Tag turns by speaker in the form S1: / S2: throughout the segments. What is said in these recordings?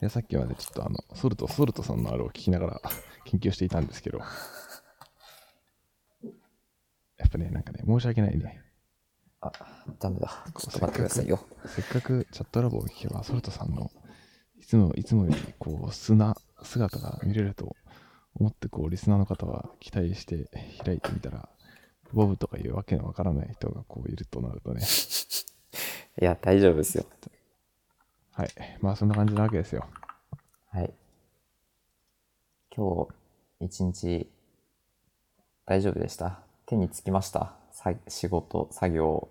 S1: でさっきまでちょっとあのソルトソルトさんのあれを聞きながら 研究していたんですけどやっぱねなんかね申し訳ないね
S2: あ、ダメだ。ちょっと待ってくださいよ。
S1: せっかくチャットラボを聞けばソルトさんのいつもいつもよりこう素な姿が見れると思ってこうリスナーの方は期待して開いてみたらボブとかいうわけのわからない人がこういるとなるとね
S2: いや、大丈夫ですよ。
S1: はいまあそんな感じなわけですよ
S2: はい。今日、一日、大丈夫でした。手につきました。さ仕事、作業、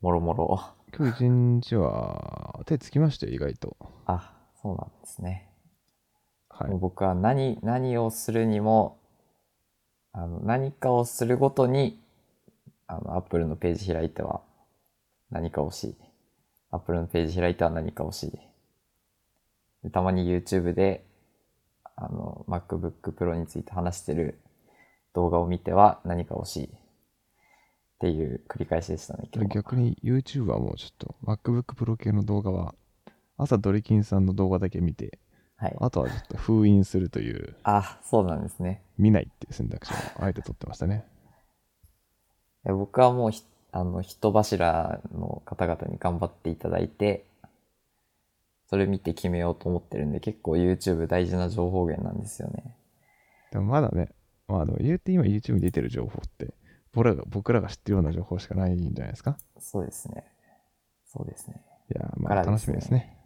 S2: もろもろ。
S1: 今日一日は手つきましたよ意外と
S2: あ、そうなんですね。
S1: はい
S2: もう僕は何、何をするにも、あの、何かをするごとに、あの、Apple のページ開いては何か欲しい。Apple のページ開いては何か欲しい。でたまに YouTube で、あの、MacBook Pro について話してる動画を見ては何か欲しい。っていう繰り返しでしたね、今日は。
S1: 逆に YouTube はもうちょっと MacBook Pro 系の動画は朝ドリキンさんの動画だけ見て
S2: はい。
S1: あとはちょっと封印するという
S2: あ、そうなんですね。
S1: 見ないっていう選択肢をあえて取ってましたね
S2: いや僕はもうひあの人柱の方々に頑張っていただいてそれ見て決めようと思ってるんで結構 YouTube 大事な情報源なんですよね
S1: でもまだねまあでも言うて今 YouTube に出てる情報って僕らが僕らが知ってるような情報しかないんじゃないですか
S2: そうですねそうですね
S1: いやまあ楽しみですね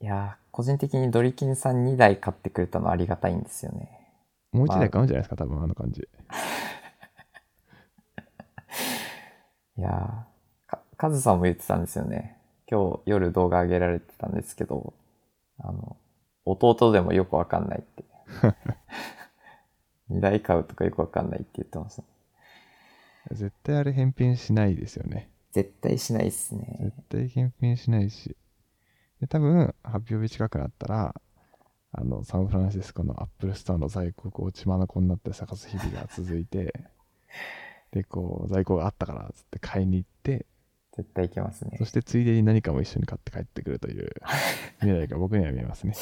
S2: いやー個人的にドリキンさん2台買ってくれたのありがたいんですよね
S1: もう一台買うんじゃないですか多分あの感じ
S2: いやーかカズさんも言ってたんですよね今日夜動画上げられてたんですけどあの弟でもよくわかんない って2台買うとかよくわかんないって言ってました
S1: 絶対あれ返品しないですよね
S2: 絶対しないっす
S1: 絶
S2: ね。
S1: 対返品しないし。で、多分、発表日近くなったら、あの、サンフランシスコのアップルストアの在庫をこう血まなこになって探す日々が続いて、 で、こう、在庫があったから、つって買いに行って、
S2: 絶対行きますね
S1: そ。してついでに何かも一緒に買って帰ってくると いう未来が僕には見えますね。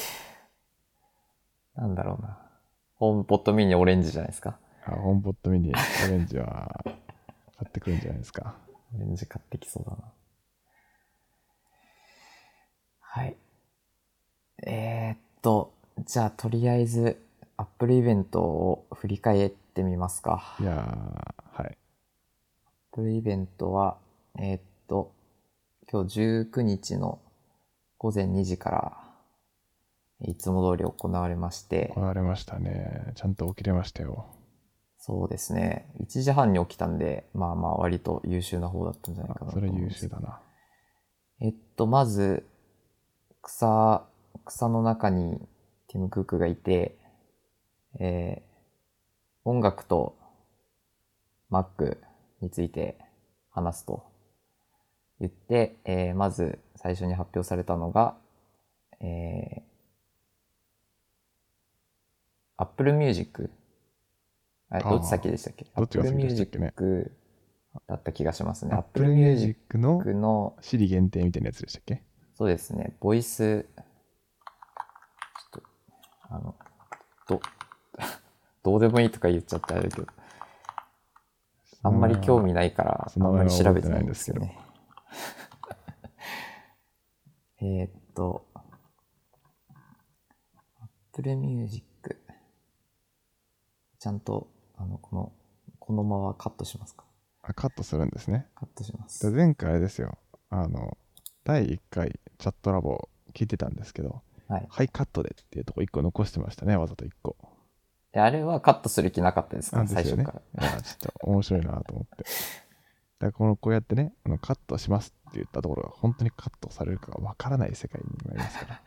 S2: なんだろうな。ホームポットミニオレンジじゃないですか。
S1: あ、ホームポットミニ、オレンジは買ってくるんじゃないですか。
S2: オレンジ買ってきそうだな。はい。えー、っと、じゃあとりあえず、アップルイベントを振り返ってみますか。
S1: い
S2: アッ
S1: やー、はい。
S2: プルイベントは、えー、っと、今日19日の午前2時から、いつも通り行われまして、
S1: 行われましたね。ちゃんと起きれましたよ。
S2: そうですね。1時半に起きたんで、まあまあ割と優秀な方だったんじゃないか
S1: あ
S2: な
S1: そ
S2: と思
S1: れ
S2: います。
S1: 優秀だな。
S2: えっと、まず、草、草の中にティム・クークがいて、えー音楽と Mac について話すと言って、えーまず最初に発表されたのが、えー、Apple Music。あれ、
S1: あー
S2: どっち先でしたっけ
S1: どっちが
S2: Apple
S1: 先でしたっけね
S2: Music だった気がしますね。
S1: アップル
S2: Apple
S1: ミュージッ
S2: Music
S1: クの
S2: の、
S1: シリ限定みたいなやつでしたっけ
S2: そうですね、ボイス、ちょっと、あの、ど、 どうでもいいとか言っちゃってあれだけど、あんまり興味ないから、
S1: そ
S2: あん
S1: の名
S2: ま
S1: 前
S2: り
S1: は
S2: 調べてないんですよね。 えーっと、Apple Music。ちゃんと、あの、この、このままカットしますか
S1: あカットするんですね。
S2: カットしま。
S1: です前回あれですよ。あの、第1回チャットラボ聞いてたんですけど、
S2: はい。
S1: はい、カットでっていうとこ1個残してましたね、わざと1個。
S2: であれはカットする気なかったですか
S1: なん
S2: ら、
S1: で
S2: 最
S1: すよ
S2: 初
S1: ね。
S2: から。
S1: いや、ちょっと面白いなと思って。だからこのこうやってねあの、カットしますって言ったところが本当にカットされるかがわからない世界になりますから。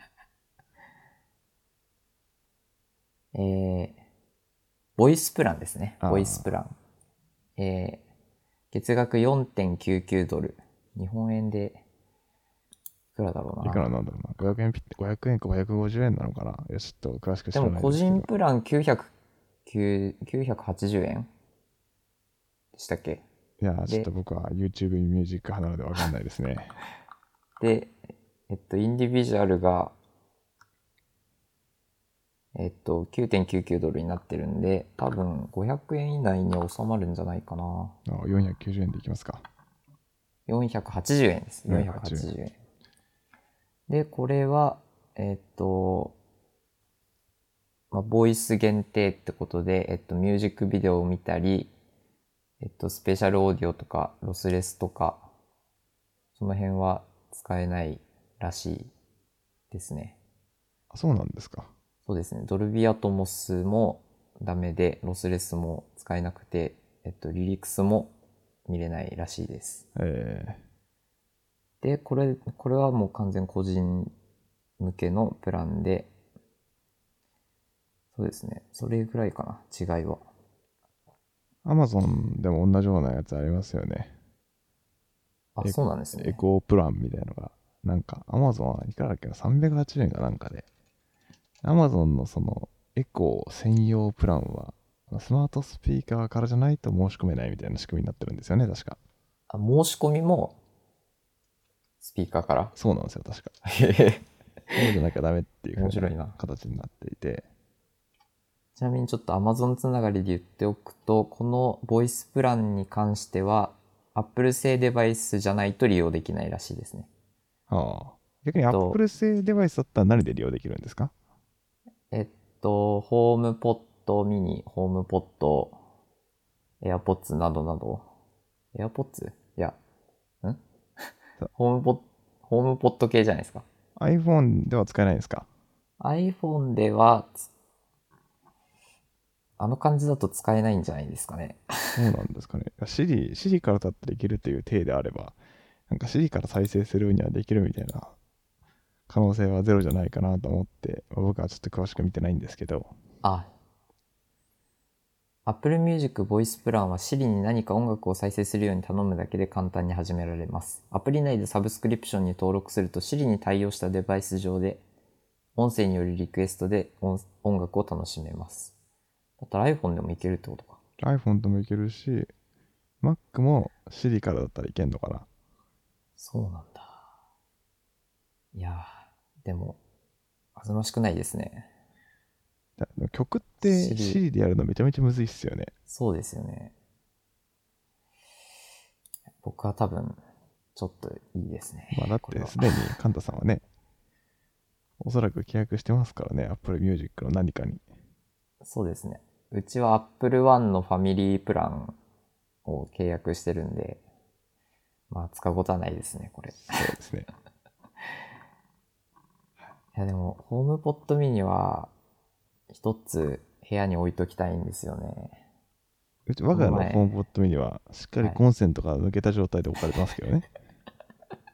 S2: えー、ボイスプランですね。
S1: あー
S2: ボイスプラン。えー、月額4.99ドル。日本円で、いくらだろう
S1: い
S2: な。
S1: くらなんだろうな。500円ぴった500円か550円なのかな。いや、ちょっと詳しく知
S2: で
S1: らない
S2: も
S1: ですけ
S2: 個
S1: ど。
S2: 人プラン900 980円でしたっけ
S1: いや、ちょっと僕は YouTube ミュージック派なのでわかんないですね。
S2: で、えっと、インディビジュアルが、えっと、9.99ドルになってるんで、多分500円以内に収まるんじゃないかな。
S1: あ490円でいきますか。
S2: 480円です。480
S1: 480
S2: 円。で、これは、えっと、まあ、ボイス限定ってことで、えっと、ミュージックビデオを見たり、えっと、スペシャルオーディオとか、ロスレスとか、その辺は使えないらしいですね。
S1: あ、そうなんですか。
S2: そうですね。ドルビーアトモスもダメで、ロスレスも使えなくて、えっと、リリックスも見れないらしいです。
S1: えー、
S2: で、これ、これはもう完全個人向けのプランで、そうですね。それぐらいかな、違いは。
S1: アマゾンでも同じようなやつありますよね。
S2: あ、
S1: え
S2: そうなんです
S1: エ
S2: ね。
S1: コープランみたいのが、なんか、アマゾンはいくらだっけな、380円かなんかで、アマゾンのその、エコー専用プランは、スマートスピーカーからじゃないと申し込めないみたいな仕組みになってるんですよね、確か。
S2: あ申し込みも、スピーカーから。
S1: そうなんですよ、確か。
S2: へ
S1: そうじゃなきゃダメっていう風
S2: 面白いな
S1: 形になっていて、
S2: ちなみにちょっと Amazon つながりで言っておくと、このボイスプランに関しては、Apple 製デバイスじゃないと利用できないらしいですね。
S1: はあ、逆に
S2: と
S1: Apple 製デバイスだったら何で利用できるんですか
S2: えっと、ホームポットミニ、ホームポット、エアポッツなどなど。エアポッツいや、ん
S1: そう
S2: ホームポッ、ホームポット系じゃないですか。
S1: ?iPhone では使えないんですか
S2: iPhone ではつ、あの感じだと使えないんじゃないですかね。
S1: そうなんですかね。Siri、Siri からだったらいけるという体であれば、なんか Siri から再生するにはできるみたいな可能性はゼロじゃないかなと思って、まあ僕はちょっと詳しく見てないんですけど、
S2: あ、Apple Music ボイスプランは Siri に何か音楽を再生するように頼むだけで簡単に始められます。アプリ内でサブスクリプションに登録すると Siri に対応したデバイス上で音声によるリクエストで音音楽を楽しめます。だったら iPhone でもいけるってことか。
S1: iPhone ともいけるし、Mac も Siri からだったらいけんのかな。
S2: そうなんだ。いやー、でも、恥ずましくないですね。
S1: だ曲って
S2: Siri
S1: Siri でやるのめちゃめちゃむずいっすよね。
S2: そうですよね。僕は多分、ちょっといいですね。
S1: まあ、だっ
S2: これ
S1: て
S2: は
S1: すでにカンタさんはね、おそらく契約してますからね、Apple Music の何か に。
S2: そうですね。うちは Apple One のファミリープランを契約してるんで、まあ、使うことはないですね、これ。い
S1: そうですね。
S2: や、でも、ホームポットミニは、一つ部屋に置いときたいんですよね。
S1: うち我が家の
S2: 前
S1: ホームポットミニはしっかりコンセントが抜けた状態で置かれてますけどね。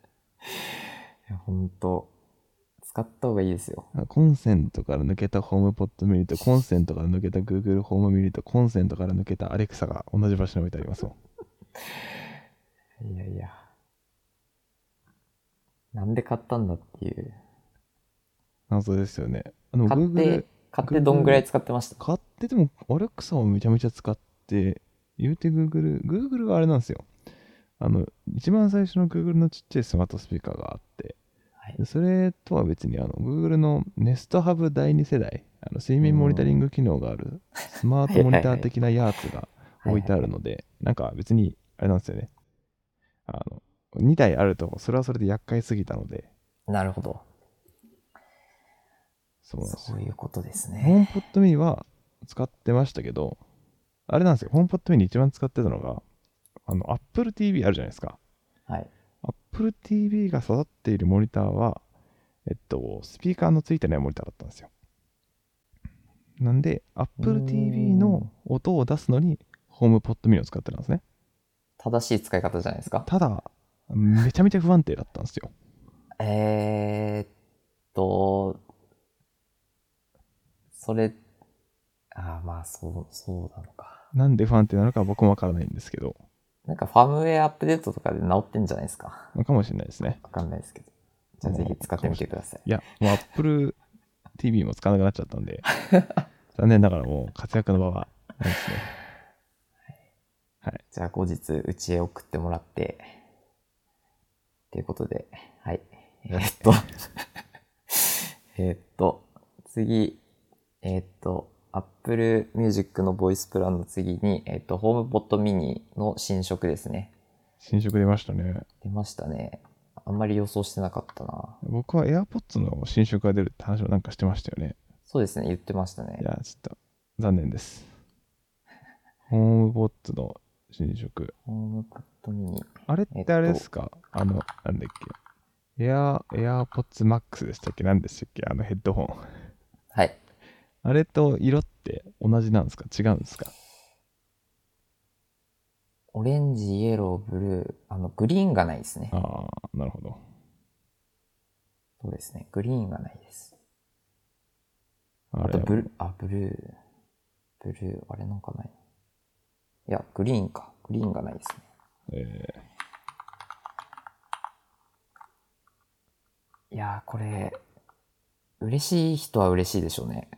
S2: いや、ほんと、使った方がいいですよ。
S1: コンセントから抜けたホームポットミニとコンセントから抜けた Google ホームミニとコンセントから抜けた Alexa が同じ場所に置いてありますもん。
S2: いやいや。なんで買ったんだっていう。
S1: 謎ですよね。あの
S2: 買っ
S1: Google
S2: て、買ってどんぐらい使ってました
S1: 買ってでも Alexa をめちゃめちゃ使って、言うて Google、Google があれなんですよ。あの、一番最初の Google のちっちゃいスマートスピーカーがあって、
S2: はい
S1: でそれとは別にあの Google の Nest Hub 第2世代あの睡眠モニタリング機能があるスマートモニター的なやつが置いてあるのでなんか別にあれなんですよねあの2台あるとそれはそれで厄介すぎたので
S2: なるほど。
S1: そうなんです
S2: そ
S1: よ
S2: ういうことです
S1: ホー
S2: ね。
S1: ムポットミニは使ってましたけどあれなんですよホームポットミニ一番使ってたのがあの Apple TV あるじゃないですか
S2: はい。
S1: Apple TV が育っているモニターは、えっと、スピーカーのついてないモニターだったんですよ。なんで、
S2: うー
S1: Apple
S2: ん
S1: TV の音を出すのに、ホームポットミニを使ってたんですね。
S2: 正しい使い方じゃないですか。
S1: ただ、めちゃめちゃ不安定だったんですよ。
S2: えー、っと、それ、あーまあ、そう、そうなのか。
S1: なんで不安定なのかは僕もわからないんですけど、
S2: なんかファームウェアアップデートとかで直ってんじゃないですか。
S1: かもしれないですね。
S2: わかんないですけど。じゃあぜひ使ってみてください。
S1: いや、もう Apple TV も使わなくなっちゃったん で、残念ながらもう活躍の場はないですね。
S2: じゃあ後日、うちへ送ってもらって、ということで、はい。えーっと、 えーっと、次、えーっと、Apple Music のボイスプランの次に、えーっと、ホームポットミニの新色ですね。
S1: 新色出ましたね。
S2: 出ましたね。あんまり予想してなかったな。
S1: 僕は AirPods の新色が出るって話をなんかしてましたよね。
S2: そうですね、言ってましたね
S1: い。や、ちょっと残念です。ホームボッツの新色。
S2: ホームポットミニ。
S1: あれってあれですか、あの、なんだっけ。エア、エアポッツマックスでしたっけなんでしたっけあのヘッドホン。
S2: はい。
S1: あれと色って同じなんですか違うんですか
S2: オレンジ、イエロー、ブルー、あの、グリーンがないですね。
S1: ああ、なるほど。
S2: そうですね。グリーンがないです。
S1: あ
S2: あ
S1: れ
S2: と、ブルー、あ、ブルー。ブルー、あれなんかない。いや、グリーンか。グリーンがないですね。
S1: えー
S2: いやー、これ、嬉しい人は嬉しいでしょうね。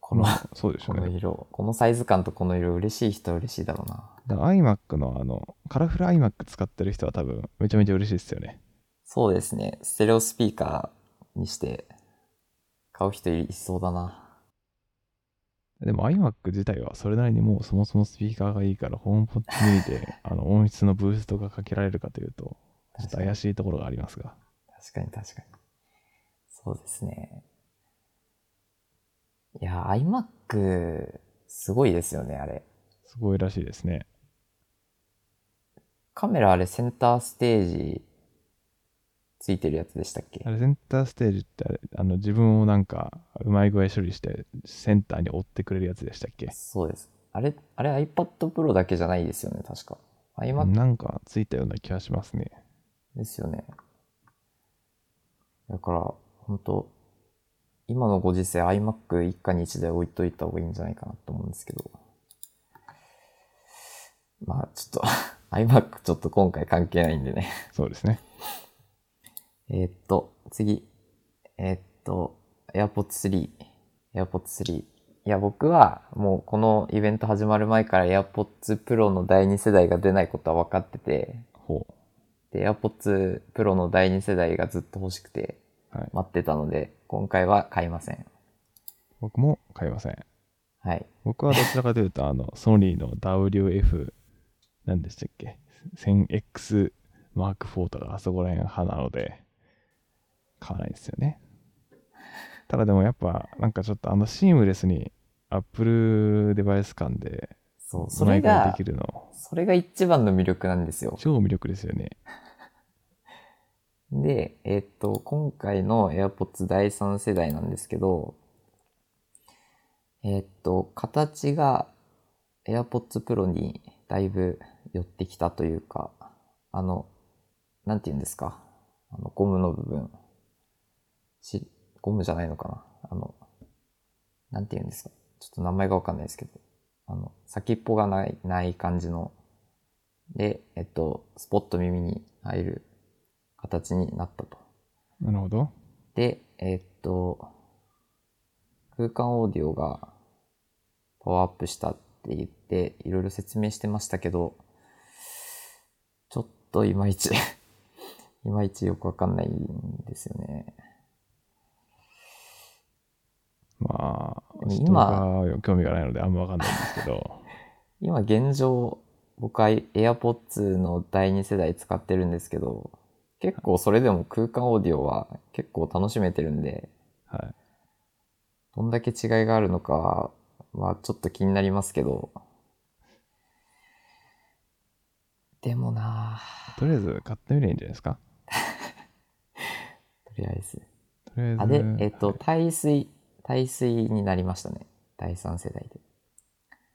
S2: この
S1: ま、あそうでしょ
S2: こ
S1: う
S2: の
S1: ね。
S2: 色。このサイズ感とこの色、嬉しい人は嬉しいだろうな。
S1: だ iMac のあの、カラフル iMac 使ってる人は多分めちゃめちゃ嬉しいですよね。
S2: そうですね。ステレオスピーカーにして、買う人いそうだな。
S1: でも iMac 自体はそれなりにもうそもそもスピーカーがいいから、ホームポットミニであの音質のブーストがかけられるかというと、ちょっと怪しいところがありますが。
S2: 確かに確かに。そうですね。いやー、iMac、すごいですよね、あれ。
S1: すごいらしいですね。
S2: カメラあれセンターステージついてるやつでしたっけ
S1: あれセンターステージってあれあの自分をなんかうまい具合処理してセンターに追ってくれるやつでしたっけ
S2: そうです。あれ、あれ iPad Pro だけじゃないですよね、確か。iMac
S1: なんかついたような気がしますね。
S2: ですよね。だから、本当今のご時世 iMac 一家に一台置いといた方がいいんじゃないかなと思うんですけど。まあ、ちょっと、iMac ちょっと今回関係ないんでね。
S1: そうですね。
S2: えーっと、次。えーっと、AirPods 3。AirPods 3。いや、僕はもうこのイベント始まる前から AirPods Pro の第2世代が出ないことは分かってて、
S1: ほ
S2: で、AirPods Pro の第2世代がずっと欲しくて
S1: う。はい。
S2: 待ってたので、今回は買いません。
S1: 僕も買いません。
S2: はい。
S1: 僕はどちらかというと、あの、ソニーの WF、何でしたっけ ?1000X Mark IV とかあそこら辺派なので、買わないですよね。ただでもやっぱ、なんかちょっとあのシームレスに Apple デバイス間で、
S2: そう、それが
S1: でき、るの、
S2: それが一番の魅力なんですよ。
S1: 超魅力ですよね。
S2: で、えーっと、今回の AirPods 第3世代なんですけど、えーっと、形が AirPods Pro にだいぶ寄ってきたというか、あの、なんて言うんですか。あの、ゴムの部分。し、ゴムじゃないのかな。あの、なんて言うんですか。ちょっと名前がわかんないですけど、あの、先っぽがない、ない感じの。で、えっと、スポッと耳に入る形になったと。
S1: なるほど。
S2: で、えーっと、空間オーディオがパワーアップしたって言って、いろいろ説明してましたけど、ちょっといまいち、 いまいちよくわかんないんですよね。
S1: まあ、
S2: でも
S1: 人
S2: 今
S1: が興味がないのであんまわかんないんですけ ど、
S2: 今現状、僕は AirPods の第2世代使ってるんですけど、結構それでも空間オーディオは結構楽しめてるんで、
S1: はい。
S2: どんだけ違いがあるのかはちょっと気になりますけど。でもなあ
S1: とりあえず買ってみればいいんじゃないですか。
S2: とりあえず。
S1: とりあえず。
S2: あ、で、えっと、耐水、耐水になりましたね。第3世代で。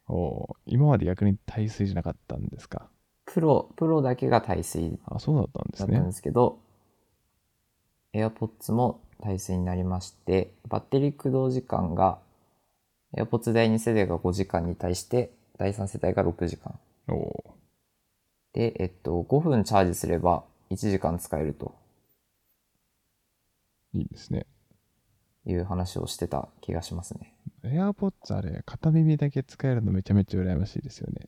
S1: おー今まで逆に耐水じゃなかったんですか。
S2: プロ、プロだけが耐水
S1: あ、そうだったんで
S2: だ
S1: す
S2: ったん
S1: ね
S2: で。すけど、AirPods も耐水になりまして、バッテリー駆動時間が、AirPods 第2世代が5時間に対して、第3世代が6時間。
S1: おお
S2: で、えっと、5分チャージすれば1時間使えると
S1: ー、いいですね。
S2: いう話をしてた気がしますね。
S1: AirPods あれ、片耳だけ使えるのめちゃめちゃ羨ましいですよね。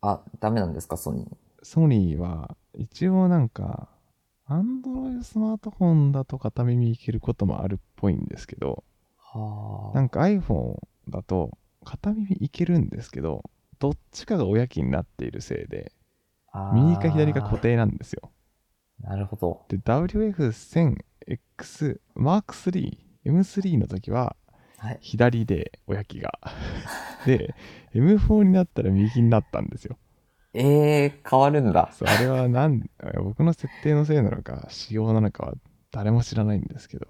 S2: あ、ダメなんですか、ソニー。
S1: ソニーは、一応なんか、アンドロイドスマートフォンだと片耳いけることもあるっぽいんですけど、
S2: は
S1: なんか iPhone だと片耳いけるんですけど、どっちかが親機になっているせいで、
S2: あー
S1: 右か左か固定なんですよ。
S2: なるほど。
S1: で、WF1000X Mark III、M3 の時は
S2: はい。
S1: 左で親機が。で、M4 になったら右になったんですよ。
S2: えー、変わるんだ。
S1: そうあれはなん僕の設定のせいなのか仕様なのかは誰も知らないんですけど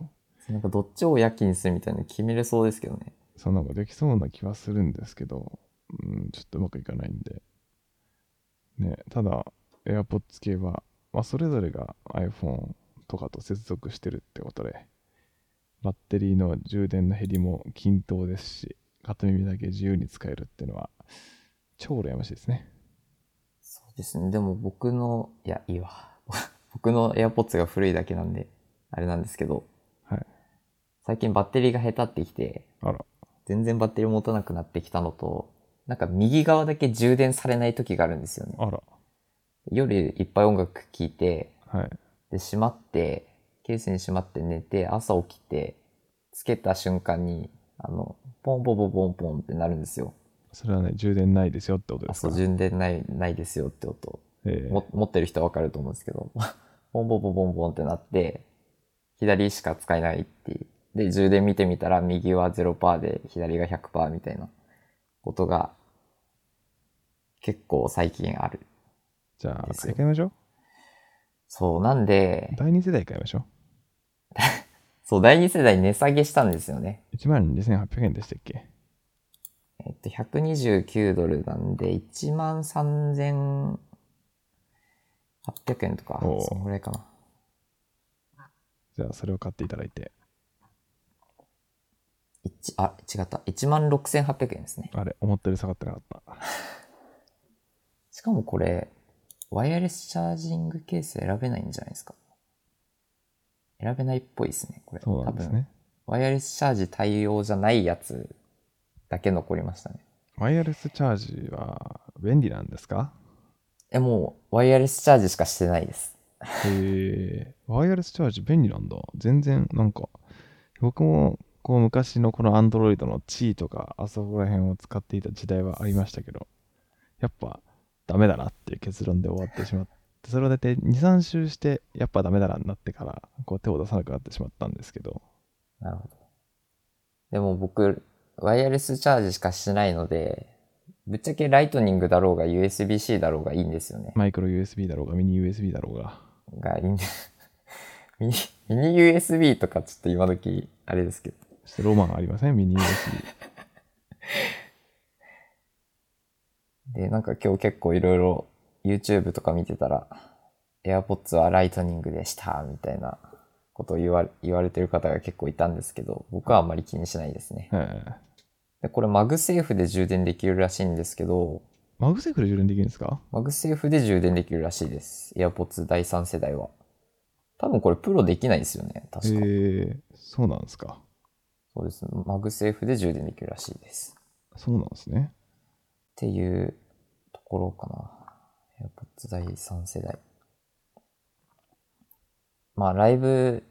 S2: なんかどっちを夜勤にするみたいなの決めれそうですけどね。
S1: そんなことできそうな気はするんですけど、うん、ちょっとうまくいかないんで、ね、ただ AirPods 系は、まあ、それぞれが iPhone とかと接続してるってことでバッテリーの充電の減りも均等ですし片耳だけ自由に使えるっていうのは超羨ましいですね
S2: そうですね。でも僕の、いや、いいわ。 僕の AirPods が古いだけなんで、あれなんですけど、
S1: はい
S2: 最近バッテリーが下手ってきて、
S1: あら
S2: 全然バッテリー持たなくなってきたのと、なんか右側だけ充電されない時があるんですよね。
S1: あら
S2: 夜いっぱい音楽聴いて、
S1: はい
S2: で、閉まって、ケースにしまって寝て、朝起きて、つけた瞬間に、あの、ポンポンポンポンポンってなるんですよ。
S1: それはね充電ないですよってこと
S2: あ、
S1: です
S2: そ
S1: か
S2: う、充電ない、ないですよって音。
S1: ええ
S2: も持ってる人はわかると思うんですけど、 ボンボンボンボンボンってなって、左しか使えないっていう。で、充電見てみたら、右は0%で、左が100%みたいなことが、結構最近ある。
S1: じゃあ
S2: です
S1: 買
S2: よ
S1: い替えましょう
S2: そう、なんで、
S1: 第2世代買いましょう
S2: そう、第2世代値下げしたんですよね。
S1: 1万2800円でしたっけ
S2: えっと、129ドルなんで、1万3800円とか、
S1: おう
S2: そのぐらいかな。
S1: じゃあそれを買っていただいて
S2: 一あ、違った。1万6800円ですね。
S1: あれ思ったより下がってなかった
S2: しかもこれ、ワイヤレスチャージングケース選べないんじゃないですか。選べないっぽいですね、これ。
S1: そうなんですね
S2: 多分ワイヤレスチャージ対応じゃないやつだけ残りましたね。
S1: ワイヤレスチャージは便利なんですか
S2: え、もう、ワイヤレスチャージしかしてないです。
S1: へえワイヤレスチャージ便利なんだ全然なんか僕もこう昔のこの Android の地位とかあそこら辺を使っていた時代はありましたけどやっぱダメだなっていう結論で終わってしまってそれを大体23周してやっぱダメだなになってからこう手を出さなくなってしまったんですけど
S2: なるほど。でも僕、ワイヤレスチャージしかしてないので、ぶっちゃけライトニングだろうが USB-C だろうがいいんですよね。
S1: マイクロ USB だろうがミニ USB だろうが
S2: がいいんで。 ミニ、ミニ USB とかちょっと今時、あれですけど。
S1: ちょっとロマンありませんミニ USB
S2: で、なんか今日結構いろいろ YouTube とか見てたら、AirPods はライトニングでした、みたいなことを言わ言われてる方が結構いたんですけど、僕はあんまり気にしないで すね。
S1: ええ
S2: で、これマグセーフで充電できるらしいんですけど、
S1: マグセーフで充電できるんですか
S2: マグセーフで充電できるらしいです。AirPods 第3世代は。多分これプロできないですよね、
S1: え
S2: 確か。
S1: えそうなんですか
S2: そうですね。マグセーフで充電できるらしいです。
S1: そうなんですね
S2: っていうところかな。AirPods 第3世代。まあ、ライブ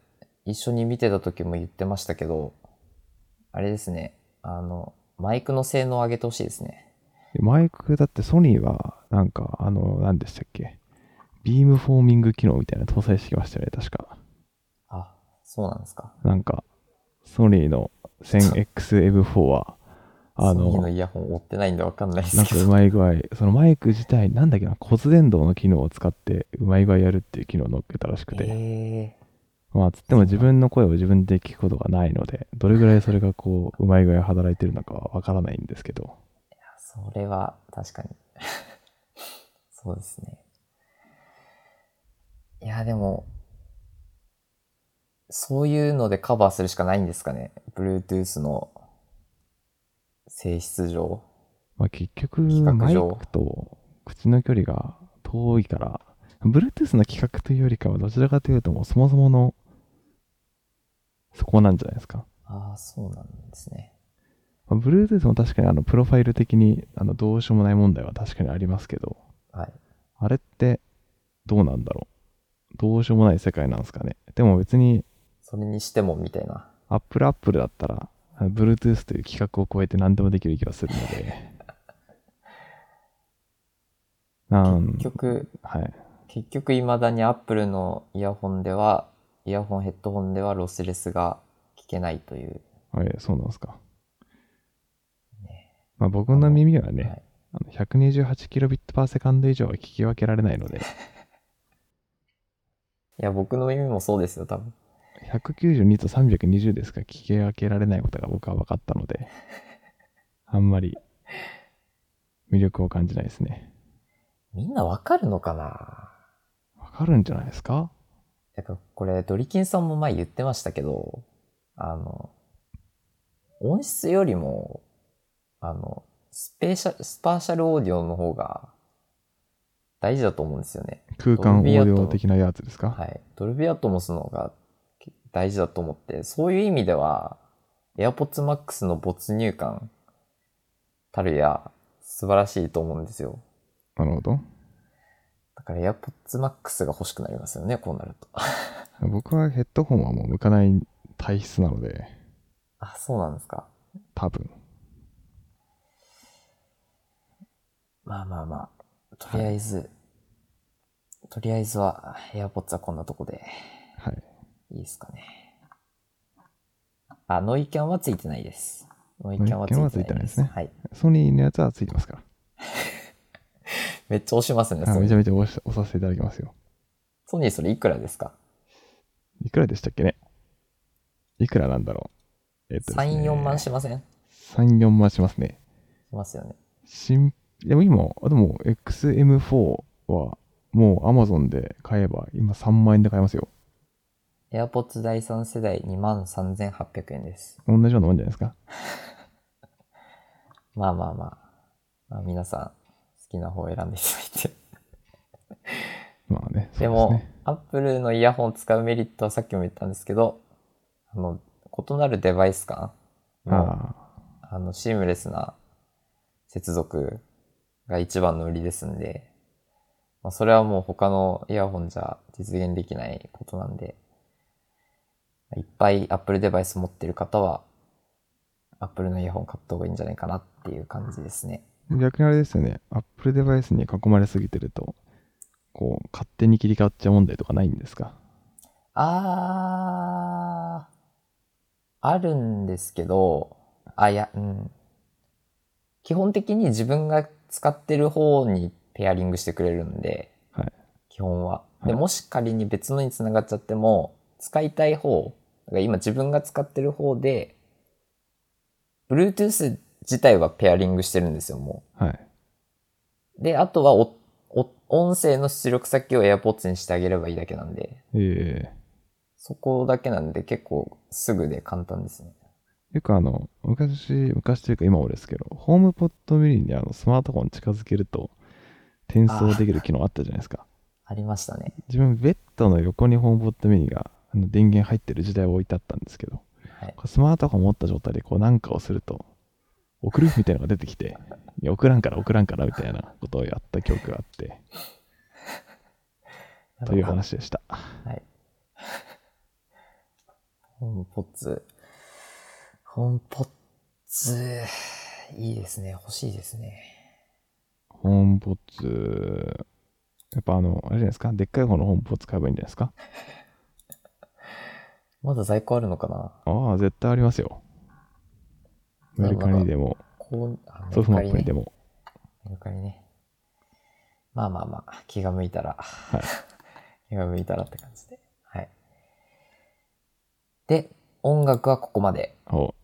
S2: 一緒に見てた時も言ってましたけど、あれですね。あの、マイクの性能を上げてほしいですね。
S1: マイクだってソニーはなんかあの何でしたっけビームフォーミング機能みたいなの搭載してきましたよね確か
S2: あ、そうなんですか。
S1: なんかソニーの 1000XM4 はあ
S2: ソニー
S1: の
S2: のイヤホン追ってないんでわかんないで
S1: なん
S2: すけ
S1: かう
S2: ど。
S1: まい具合そのマイク自体なんだっけな骨伝導の機能を使ってうまい具合やるっていう機能を乗っけたらしくて、
S2: え
S1: まあ、つっても自分の声を自分で聞くことがないので、どれぐらいそれがこう、うまい具合働いてるのかはわからないんですけど、
S2: ー、それは確かに。 そうですね。いや、でも、そういうのでカバーするしかないんですかね。Bluetooth の性質上。
S1: まあ、結局、
S2: 比較
S1: マイ
S2: 上
S1: クと口の距離が遠いから、Bluetooth の規格というよりかは、どちらかというと、もうそもそもの、そこなんじゃないですか。
S2: ああ、そうなんですね。
S1: まあ、Bluetooth も確かに、あの、プロファイル的に、あの、どうしようもない問題は確かにありますけど、
S2: はい。
S1: あれって、どうなんだろどうしようもない世界なんですかね。でも別に
S2: それにしてもみたいな。
S1: Apple Apple だったら、あの Bluetooth という規格を超えて何でもできる気がするので。なん
S2: 結局、
S1: はい。
S2: 結局未だに Apple のイヤホンでは、イヤホンヘッドホンではロスレスが聞けないという。
S1: はい、そうなんですか。
S2: ね
S1: まあ僕の耳は
S2: は
S1: ね、
S2: い
S1: あの 128kbps 以上は聞き分けられないの で、
S2: いや、僕の耳もそうですよ、多分。
S1: 192と320ですから聞き分けられないことが僕は分かったので、あんまり魅力を感じないですね。
S2: みんなわかるのかな
S1: わかるんじゃないですか
S2: やっぱこれ、ドリキンさんも前言ってましたけど、あの、音質よりも、あの、スペシャスパーシャルオーディオの方が大事だと思うんですよね。
S1: 空間応用的なやつですか、
S2: はい。ドルビアトモスの方が大事だと思って、そういう意味では、AirPods Max の没入感たるや素晴らしいと思うんですよ。
S1: なるほど。
S2: だから AirPods Max が欲しくなりますよね、こうなると。
S1: 僕はヘッドホンはもう向かない体質なので、
S2: あ、そうなんですか。
S1: 多分。
S2: まあまあまあ、とりあえず、とりあえずは、エアポッツはこんなとこで、
S1: はい。
S2: いいですかね。あ、ノイキャンはついてないです。ノイ
S1: キ
S2: キ
S1: ャ
S2: ャ
S1: ン
S2: ン
S1: は
S2: は
S1: つ
S2: つ
S1: いてない
S2: いてないです。
S1: ですね
S2: はい。
S1: ソニーのやつはついてますから。
S2: めっちゃ押しますね、
S1: あ
S2: ソ
S1: め
S2: ニ
S1: ちゃ
S2: ー。
S1: めちゃ押し押させていただきますよ。
S2: ソニーそれいくらですか
S1: いくらでしたっけねいくらなんだろうえっとですね、
S2: ?3、4万しませんし
S1: 3、4万しますね。
S2: ますよね。
S1: 新、でも今、あでも XM4 はもう Amazon で買えば今3万円で買えますよ。
S2: エアポッツ第3世代2万3800円です。
S1: 同じようなもんじゃないですか
S2: まあまあまあ。まあ、皆さん、好きな方を選んでいただいて。
S1: まあね、そう
S2: で
S1: です
S2: も
S1: ね。、
S2: アップルのイヤホンを使うメリットはさっきも言ったんですけど、あの、異なるデバイス間の、
S1: あ
S2: あの、シームレスな接続が一番の売りですんで、まあ、それはもう他のイヤホンじゃ実現できないことなんで、いっぱいアップルデバイス持ってる方は、アップルのイヤホン買った方がいいんじゃないかなっていう感じですね。
S1: あ。逆にあれですよね。Apple デバイスに囲まれすぎてると、こう、勝手に切り替わっちゃう問題とかないんですか
S2: あー、あるんですけど、あ、いや、うん。基本的に自分が使ってる方にペアリングしてくれるんで、
S1: はい
S2: 基本は。
S1: は
S2: で、
S1: い
S2: もし仮に別のに繋がっちゃっても、使いたい方、だから今自分が使ってる方で、Bluetooth 自体はペアリングしてるんですよ、もう。
S1: はい。
S2: で、あとはお、お、音声の出力先を AirPods にしてあげればいいだけなんで、
S1: ええ
S2: そこだけなんで結構すぐで簡単ですね。
S1: よくあの、昔、昔というか今もですけど、ホームポットミニにあのスマートフォン近づけると転送できる機能あったじゃないですか。
S2: ありましたね。
S1: 自分、ベッドの横にホームポットミニがあの電源入ってる時代を置いてあったんですけど、
S2: はい。
S1: こうスマートフォン持った状態でこうなんかをすると、送るみたいなのが出てき て、いや送らんから送らんからみたいなことをやった記憶があって、という話でした。
S2: はい。ホームポッツ。ホームポッツ、いいですね。欲しいですね。
S1: ホームポッツ、やっぱあの、あれじゃないですか、でっかい方のホームポッツ買えばいいんじゃないですか。
S2: まだ在庫あるのかな
S1: ああ、絶対ありますよ。メルカリでも、
S2: こう、あ
S1: ソフトマップ
S2: メ
S1: に
S2: ルカ
S1: で
S2: リね。
S1: も。
S2: メルカリね。まあまあまあ、気が向いたら。
S1: はい。
S2: 気が向いたらって感じで。はい。で、音楽はここまで。
S1: お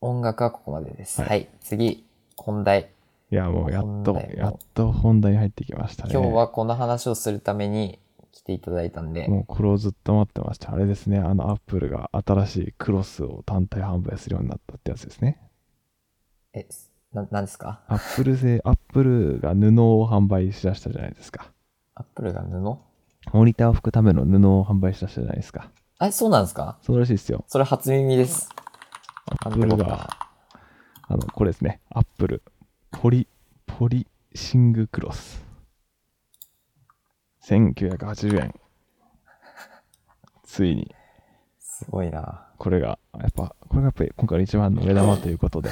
S2: 音楽はここまでです。
S1: は
S2: はいい。次、本題。
S1: いや、もうやっと
S2: 本、題
S1: やっと本題に入ってきましたね。
S2: 今日はこの話をするために来ていただいたんで、
S1: もうこれをずっと待ってました。あれですね、あのアップルが新しいクロスを単体販売するようになったってやつですね。
S2: え、な、なんですか
S1: アップル製、アップルが布を販売しだしたじゃないですか。
S2: アップルが布
S1: モニターを拭くための布を販売しだしたじゃないですか。
S2: あ、そうなんですか
S1: そうらしいですよ。
S2: それ初耳です。
S1: ア
S2: な
S1: ッ
S2: ん
S1: プ
S2: て
S1: ル
S2: こと
S1: が、
S2: か。
S1: あの、これですね、アップル、ポリ、ポリシングクロス。1980円。ついに、
S2: すごいな。
S1: これが、やっぱ、これがやっぱり今回の一番の目玉ということで、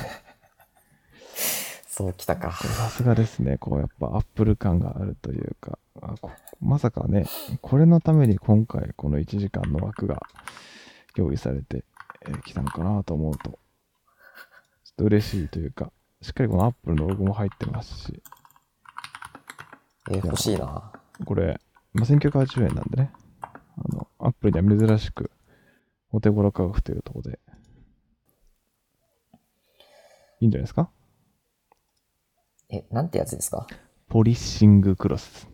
S2: そうきたか。
S1: さすがですね、こうやっぱアップル感があるというか、あこまさかね、これのために今回この1時間の枠が用意されてえーきたのかなと思うと、ちょっと嬉しいというか、しっかりこのアップルのロゴも入ってますし、
S2: えー欲しいな。
S1: これ、まあ、1980円なんでね、あの、アップルには珍しくお手頃価格というところで、いいんじゃないですか
S2: え、なんてやつですか
S1: ポリッシングクロス。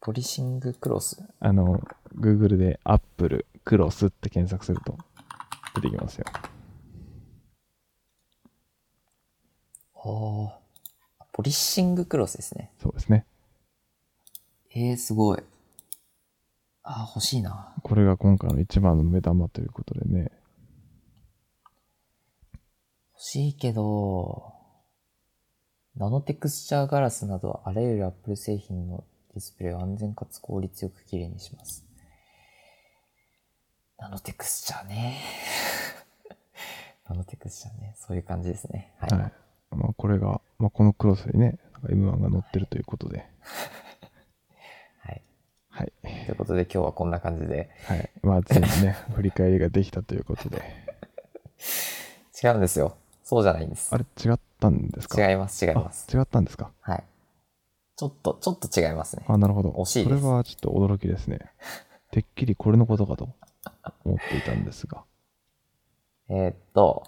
S2: ポリシングクロス。
S1: あの、Google で Apple クロスって検索すると出てきますよ。
S2: はあ。ポリッシングクロスですね。
S1: そうですね。
S2: えー、すごい。あー、欲しいな。
S1: これが今回の一番の目玉ということでね。
S2: 欲しいけど、ナノテクスチャーガラスなどあらゆる Apple 製品のディスプレイを安全かつ効率よく綺麗にします。ナノテクスチャーね。 ナノテクスチャーね。そういう感じですね。はい。
S1: はい。まあ、これが、まあ、このクロスにね、なんか M1 が乗ってるということで。
S2: はい、
S1: はい。
S2: ということで今日はこんな感じで。
S1: はい。まあ、ついに ね、振り返りができたということで。
S2: 違うんですよ。そうじゃないんです
S1: あ。れ、違ったんですか
S2: 違います、違います。
S1: あ違ったんですか
S2: はい。ちょっと、ちょっと違いますね。
S1: あ、なるほど。
S2: 惜しいです
S1: それはちょっと驚きですね。てっきりこれのことかと思っていたんですが。
S2: えーっと、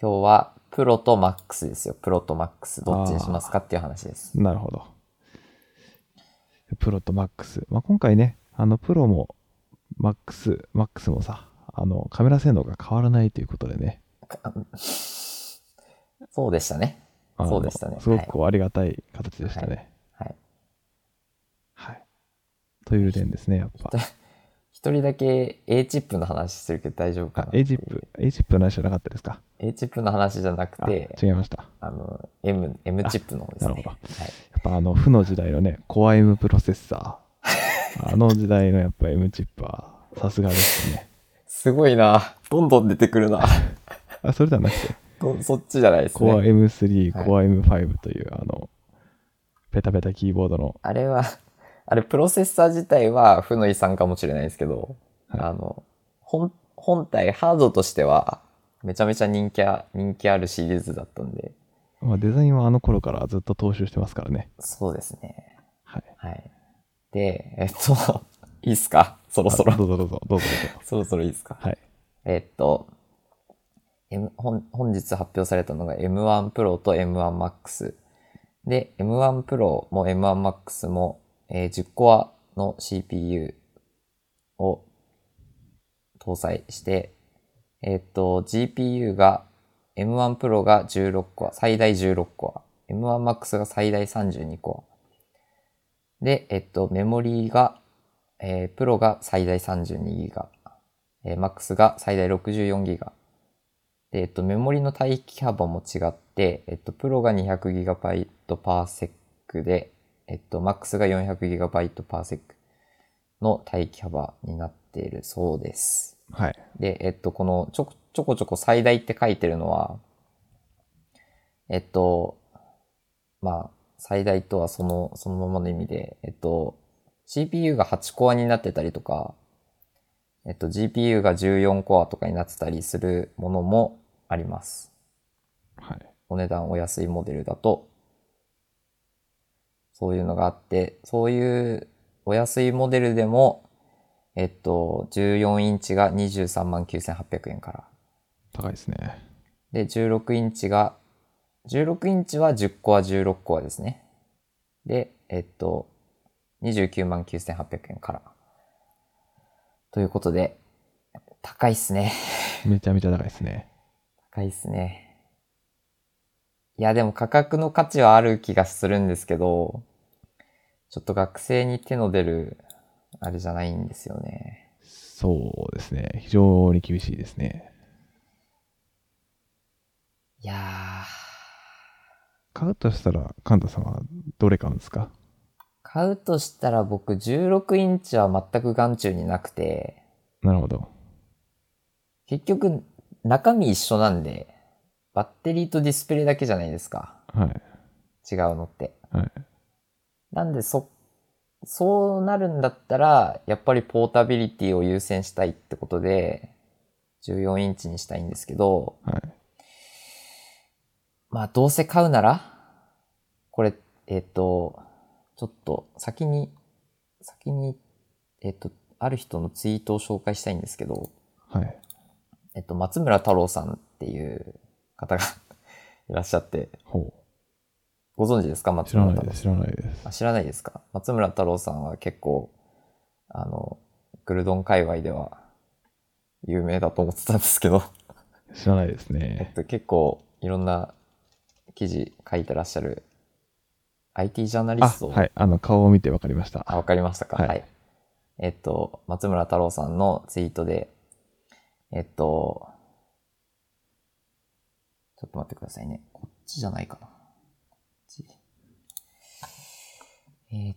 S2: 今日はプロとマックスですよ。プロとマックス。どっちにしますかっていう話です。
S1: なるほど。プロとマックス。まあ、今回ね、あのプロもマックス、マックスもさ、あのカメラ性能が変わらないということでね。
S2: そうでしたね。
S1: あの
S2: そうでしたね
S1: すごくこうありがたい形でしたね。
S2: はい。
S1: はい。という点ですね、やっぱ。
S2: 一人だけ A チップの話するけど大丈夫か
S1: あ
S2: な
S1: A チップ、A チップの話じゃなかったですか
S2: A チップの話じゃなく
S1: あ、
S2: て、
S1: 違いました。
S2: あの、M、M チップの方です
S1: なる
S2: ね。
S1: ほ
S2: はい。
S1: やっぱあの、負の時代のね、コア M プロセッサ ー。あの時代のやっぱ M チップはさすがですね。
S2: すごいな。 どんどん出てくるな。
S1: あ、それではなくて、
S2: どそっちじゃないです
S1: コア
S2: ね。
S1: M3、
S2: はい
S1: コア M5 という、あの、ペタペタキーボードの、
S2: あれは、 あれプロセッサー自体は負の遺産かもしれないですけど、
S1: はい
S2: あの、本、本体ハードとしては、めちゃめちゃ人気あ、人気あるシリーズだったんで、
S1: まあ、デザインはあの頃からずっと踏襲してますからね。
S2: そうですね。
S1: はい。
S2: はい。で、えっと、 いいっすかそろそ
S1: あ
S2: ろ。
S1: どうぞどうぞ、どうぞどうぞ。
S2: そろそろいいっすか
S1: はい。
S2: えっと、M、本本日発表されたのが M1 Pro と M1 Max。で、M1 Pro も M1 Max も、えー10コアの CPU を搭載して、えっと、GPU が M1 Pro が16コア、最大16コア。M1 Max が最大32コア。で、えっと、メモリーが、えー、Pro が最大32ギガ。えー、MAX が最大 64GB。で、えっと、メモリの帯域幅も違って、えっと、プロが 200GB パーセックで、えっと、MAX が 400GB パーセックの帯域幅になっているそうです。
S1: はい。
S2: で、えっと、このちょこ、ちょこちょこ最大って書いてるのは、えっと、まあ、最大とはその、そのままの意味で、えっと、CPU が8コアになってたりとか、えっと、GPU が14コアとかになってたりするものもあります。
S1: はい。
S2: お値段お安いモデルだと、そういうのがあって、そういうお安いモデルでも、えっと、14インチが23万9800円から。
S1: 高いですね。
S2: で、16インチが、16インチは10コア、16コアですね。で、えっと、29万9800円から。ということで、高いっすね。
S1: めちゃめちゃ高いですね。
S2: 高いっすね。いや、でも価格の価値はある気がするんですけど、ちょっと学生に手の出る、あれじゃないんですよね。
S1: そうですね。非常に厳しいですね。
S2: いや
S1: 買うとしたら、カンタさんはどれ買うんですか
S2: 買うとしたら僕16インチは全く眼中になくて、
S1: なるほど。
S2: 結局中身一緒なんで、バッテリーとディスプレイだけじゃないですか。
S1: はい。
S2: 違うのって。
S1: はい。
S2: なんでそ、そうなるんだったら、やっぱりポータビリティを優先したいってことで、14インチにしたいんですけど、
S1: はい。
S2: まあどうせ買うなら、これ、えっ、と、ちょっと先に、先に、えっ、と、ある人のツイートを紹介したいんですけど、
S1: はい。
S2: えっ、と、松村太郎さんっていう方が いらっしゃって、
S1: ほ
S2: ご存知ですか
S1: う。
S2: 松
S1: 知らな
S2: 村
S1: い
S2: 太郎
S1: で
S2: さん
S1: す。知らないです
S2: あ。知らないですか松村太郎さんは結構、あの、グルドン界隈では有名だと思ってたんですけど、
S1: 知らないです
S2: えっ
S1: ね。
S2: と、結構いろんな記事書いてらっしゃる IT ジャーナリ
S1: あ、
S2: ストを
S1: はい。あの、顔を見てわかりました。
S2: あ、わかりましたか。
S1: は
S2: はいい。えっと、松村太郎さんのツイートで、えっと、ちょっと待ってくださいね。こっちじゃないかな。こっち。えっ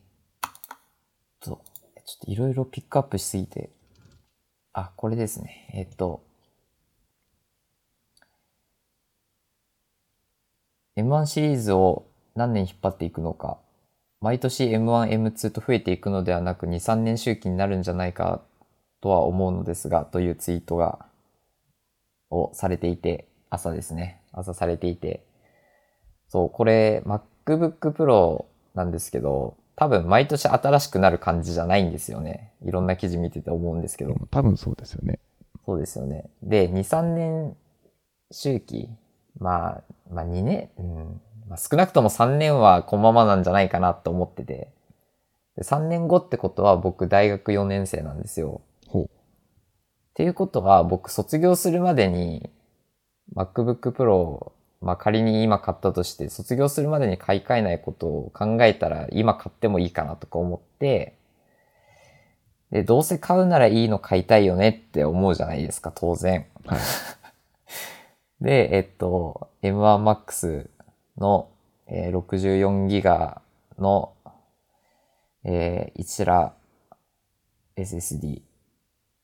S2: と、ちょっといろいろピックアップしすぎて。あ、これですね。えっと、M1 シリーズを何年引っ張っていくのか、毎年 M1、M2 と増えていくのではなく2、3年周期になるんじゃないかとは思うのですが、というツイートが、をされていて、朝ですね。朝されていて。そう、これ MacBook Pro なんですけど、多分毎年新しくなる感じじゃないんですよね。いろんな記事見てて思うんですけど。
S1: 多分そうですよね。
S2: そうですよね。で、2、3年周期、まあ、まあ2年、うんまあ、少なくとも3年はこのままなんじゃないかなと思ってて、で3年後ってことは僕大学4年生なんですよ。
S1: ほ
S2: っていうことは僕卒業するまでに MacBook Pro まあ仮に今買ったとして卒業するまでに買い替えないことを考えたら今買ってもいいかなとか思ってでどうせ買うならいいの買いたいよねって思うじゃないですか当然
S1: う。はい。
S2: でえっと M1MAX の、えー 64GB の、えー、1テラ SSD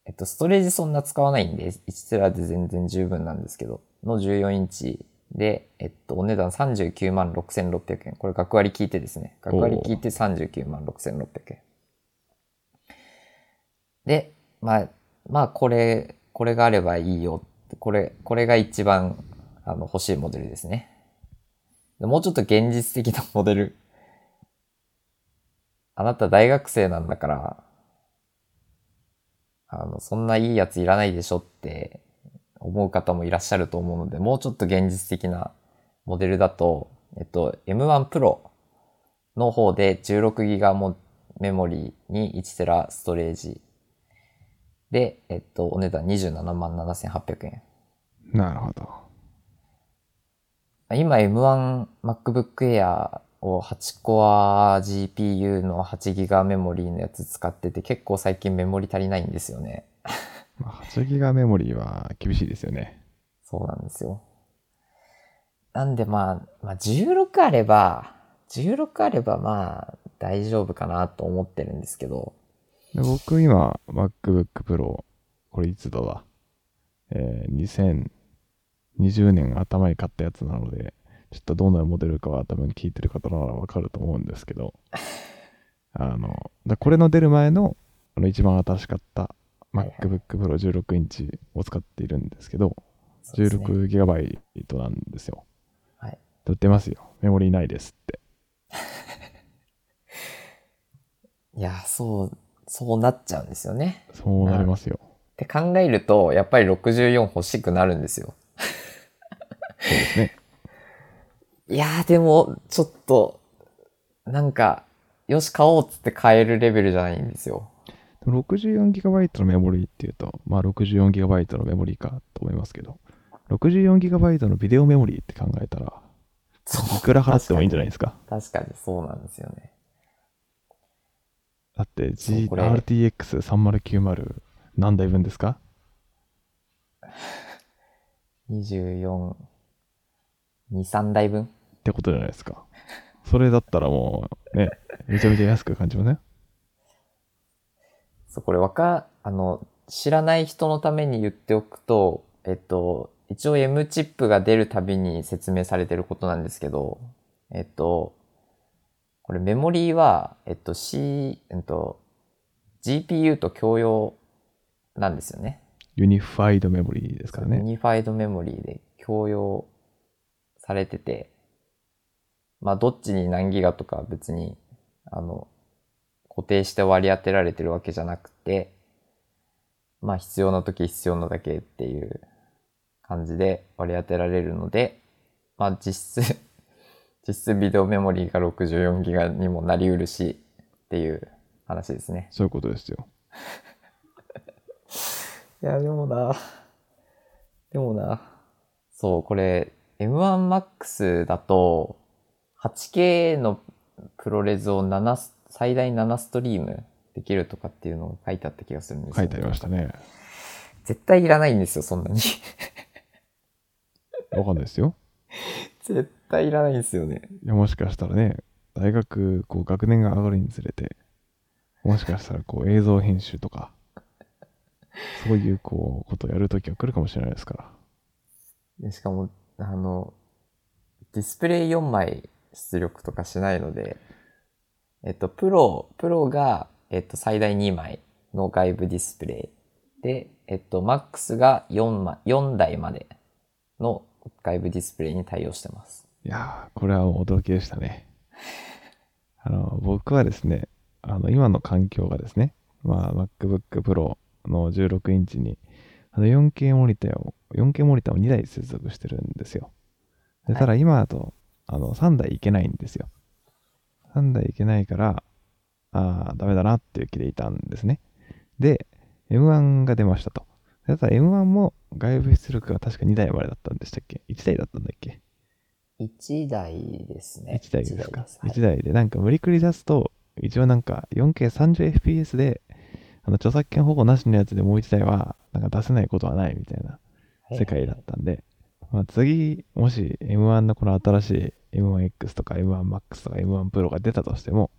S2: えっと、ストレージそんな使わないんで、1テラで全然十分なんですけど、の14インチで、えっと、お値段39万6600円。これ、学割聞いてですね。学割聞いて39万6600円。で、まあ、まあ、これ、これがあればいいよって。これ、これが一番、あの、欲しいモデルですね。でもうちょっと現実的な モデル。あなた大学生なんだから、あの、そんないいやついらないでしょって思う方もいらっしゃると思うので、もうちょっと現実的なモデルだと、えっと、M1 Pro の方で 16GB もメモリーに 1TB ストレージで、えっと、お値段27万7800円。
S1: なるほど。
S2: 今 M1 MacBook Air を8コア GPU の 8GB メモリーのやつ使ってて結構最近メモリ足りないんですよね。
S1: まあ、8ギガメモリーは厳しいですよね。
S2: そうなんですよ。なんでまあ、まあ、16あれば、16あればまあ大丈夫かなと思ってるんですけど、
S1: で僕今、MacBook Pro、これいつだだ、えー、2020年頭に買ったやつなので、ちょっとどんなモデルかは多分聞いてる方ならわかると思うんですけ ど、あの、だこれの出る前の、あの一番新しかった
S2: はいはい
S1: MacBook Pro 16インチを使っているんですけど、
S2: そうですね
S1: 16GB なんですよ。
S2: はい。
S1: 出てますよ。メモリーないですって。
S2: いや、そう、そうなっちゃうんですよね。
S1: そうなりますよ。
S2: って考えると、やっぱり64欲しくなるんですよ。
S1: そうですね。
S2: いやー、でも、ちょっと、なんか、よし、買おうっつって買えるレベルじゃないんですよ。
S1: 64GB のメモリーっていうと、まあ 64GB のメモリーかと思いますけど、64GB のビデオメモリーって考えたら、
S2: そう
S1: いくら払ってもいいんじゃないですか。
S2: 確かにそうなんですよね。
S1: だって
S2: そう
S1: G、
S2: これ
S1: RTX3090 何台分ですか
S2: 24、2、3台分
S1: ってことじゃないですか。それだったらもう、ね、めちゃめちゃ安く感じません
S2: そう、これわか、あの、知らない人のために言っておくと、えっと、一応 M チップが出るたびに説明されてることなんですけど、えっと、これメモリーは、えっと C、えっと、GPU と共用なんですよね。
S1: ユニファイドメモリーですから
S2: ユ
S1: ね。
S2: ニファイドメモリーで共用されてて、まあ、どっちに何ギガとか別に、あの、固定して割り当てられてるわけじゃなくて、まあ、必要な時必要なだけっていう感じで割り当てられるので、まあ、実質、実質ビデオメモリーが64ギガにもなりうるし、っていう話ですね。
S1: そういうことですよ。
S2: いや、でもな。でもな。そう、これ、M1MAX だと、8K のプロレスを7ス、最大7ストリームできるとかっていうのを書いてあった気がするんです
S1: 書
S2: よ
S1: いてありましたね。
S2: 絶対いらないんですよ、そんなに。
S1: わかんないですよ。
S2: 絶対いらないんですよね。
S1: いやもしかしたらね、大学、こう学年が上がるにつれて、もしかしたらこう映像編集とか、そういうこうことをやるときが来るかもしれないですから。
S2: でしかも、あの、ディスプレイ4枚出力とかしないので、えっと、プロ、プロが、えっと、最大2枚の外部ディスプレイで、えっと、マックスが4枚、4台までの外部ディスプレイに対応してます。
S1: いやー、これはもう驚きでしたね。 あの、僕はですね、あの、今の環境がですね、まあ、MacBook Pro の16インチに、あの、4K モニターを、4K モニターを2台接続してるんですよ。で、
S2: はい
S1: ただ今だと、あの、3台いけないんですよ。3台いけないから、ああ、ダメだなっていう気でいたんですね。で、M1 が出ましたと。でただ M1 も外部出力が確か2台までだったんでしたっけ ?1 台だったんだっけ
S2: 1台ですね。
S1: 1台ですか。
S2: 1台
S1: 1台で、なんか無理くり出すと、一応なんか 4K30fps で、あの著作権保護なしのやつでもう1台は、なんか出せないことはないみたいな世界だったんで、まあ、次、もし M1 のこの新しい M1X とか M1Max とか M1 Pro が出たとしても、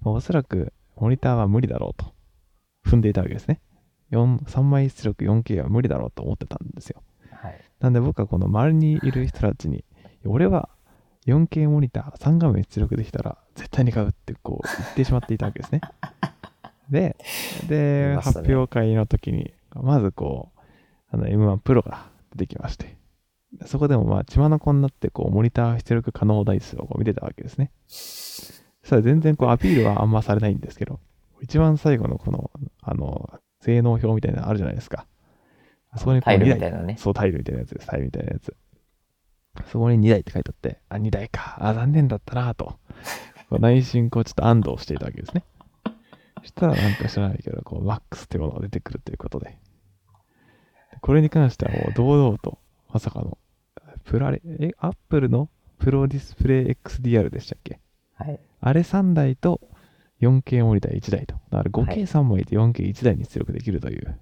S1: まあおそらくモニターは無理だろうと踏んでいたわけですね。4 3枚出力 4K は無理だろうと思ってたんですよ。
S2: はい。はい
S1: なんで僕はこの周りにいる人たちに、俺は 4K モニター3画面出力できたら絶対に買うってこう言ってしまっていたわけ ですね。で、
S2: 言い
S1: で、
S2: ました
S1: 発
S2: ね
S1: 表会の時に、まずこう、あの M1 プロが出てきまして、そこでもまあ血眼になってこうモニター出力可能台数をこう見てたわけですね。それ全然こうアピールはあんまされないんですけど、一番最後のこの、あの、性能表みたいなのあるじゃないですか。あそこにこう
S2: タイル
S1: 見
S2: みたいなね。
S1: そう、タイルみたいなやつです。タイルみたいなやつ。そこに2台って書いてあって、あ、2台か。あ、残念だったなぁ と。こう内心、こう、ちょっと安堵していたわけですね。そしたら、なんか知らないけど、こう、マックスってものが出てくるということで。これに関しては、もう、堂々と、まさかの、プラレ、え、アップルのプロディスプレイ XDR でしたっけ
S2: はい。
S1: あれ3台と 4K モニター1台と。だから
S2: は
S1: 5K3 枚いて 4K1 台に出力できるという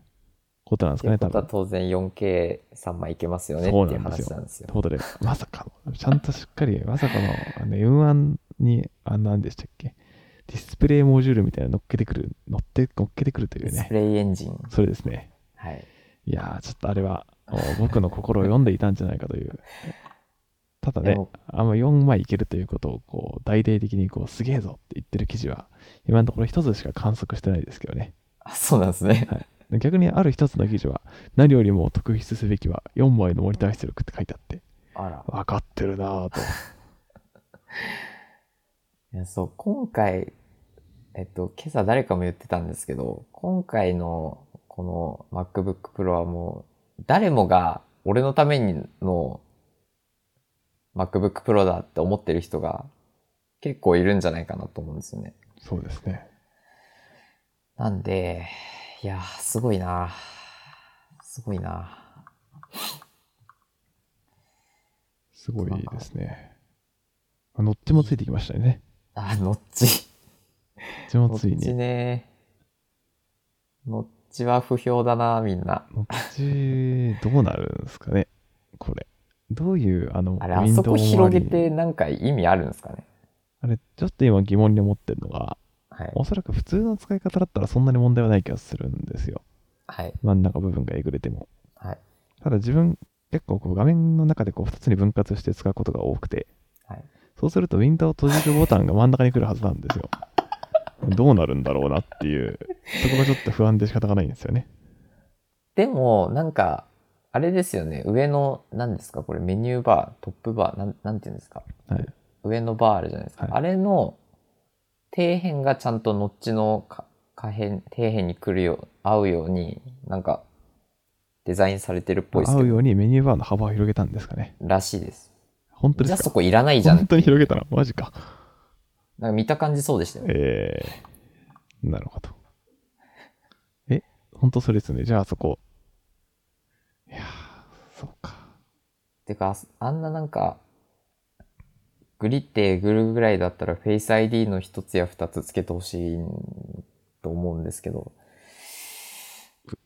S1: ことなんです
S2: と
S1: か
S2: い
S1: ね、
S2: うこ
S1: 多
S2: と
S1: 分
S2: は。当然 4K3 枚いけますよねって
S1: そう
S2: いう
S1: なんですよ
S2: 話なんですよ
S1: と。いうことで、まさかの、ちゃんとしっかり、まさかの、あの M1 に、あ、なんでしたっけ、ディスプレイモジュールみたいなの乗っけてくる、乗って、乗っけてくるとい
S2: ディ
S1: う
S2: ス
S1: ね
S2: プ、レイエンジン。
S1: それですね。
S2: はい。
S1: いやー、ちょっとあれは、もう僕の心を読んでいたんじゃないかという。ただ
S2: で
S1: ね
S2: も、
S1: あんま4枚いけるということを、こう、大々的に、こう、すげえぞって言ってる記事は、今のところ一つしか観測してないですけどね。
S2: あ、そうなんですね。
S1: 逆にある一つの記事は、何よりも特筆すべきは、4枚のモニター出力って書いてあって、
S2: あら。
S1: 分かってるなぁと。
S2: いや、そう、今回、えっと、今朝誰かも言ってたんですけど、今回のこの MacBook Pro はもう、誰もが俺のためにの MacBook Pro だって思ってる人が結構いるんじゃないかなと思うんですよね。
S1: そうですね。
S2: なんで、いや、すごいなすごいな
S1: すごいですね。あノッチもついてきましたね。
S2: あ、ノッチ。
S1: ノッチも
S2: ノ
S1: つい
S2: ッチ
S1: に。
S2: ね。ノッチは不評だなみんな。
S1: ノッチ、どうなるんですかね、これ。どういう、あの、
S2: あれ、あそこ
S1: ウィンドウ周りに
S2: 広げてなんか意味あるんですかね。
S1: あれ、ちょっと今疑問に思ってるのが、
S2: はい。
S1: おそらく普通の使い方だったらそんなに問題はない気がするんですよ。
S2: はい。
S1: 真ん中部分がえぐれても。
S2: はい。
S1: ただ自分、結構こう画面の中でこう2つに分割して使うことが多くて、
S2: はい。
S1: そうするとウィンドウ閉じるボタンが真ん中に来るはずなん ですよ。どうなるんだろうなっていう、そこがちょっと不安で仕方がないんですよね。
S2: でも、なんか、あれですよね。上の、何ですかこれメニューバー、トップバー、なん、なんていうんですか
S1: はい。
S2: 上のバーあるじゃないですか。
S1: はい
S2: あれの、底辺がちゃんとノッチのか下辺、底辺に来るよう、合うように、なんか、デザインされてるっぽいです
S1: 合う
S2: けど、
S1: ようにメニューバーの幅を広げたんですかね。
S2: らしいです。
S1: 本当で
S2: じゃあ
S1: す
S2: そ
S1: か
S2: こいらないじゃん。
S1: 本当に広げたのマジか。
S2: なんか見た感じそうでしたよ。
S1: えー、なるほど。え、本当それですね。じゃあそこ。いやー、そうか。
S2: てか、ああんななんか、グリってグルぐらいだったらフェイス ID の一つや二つつけてほしいと思うんですけど、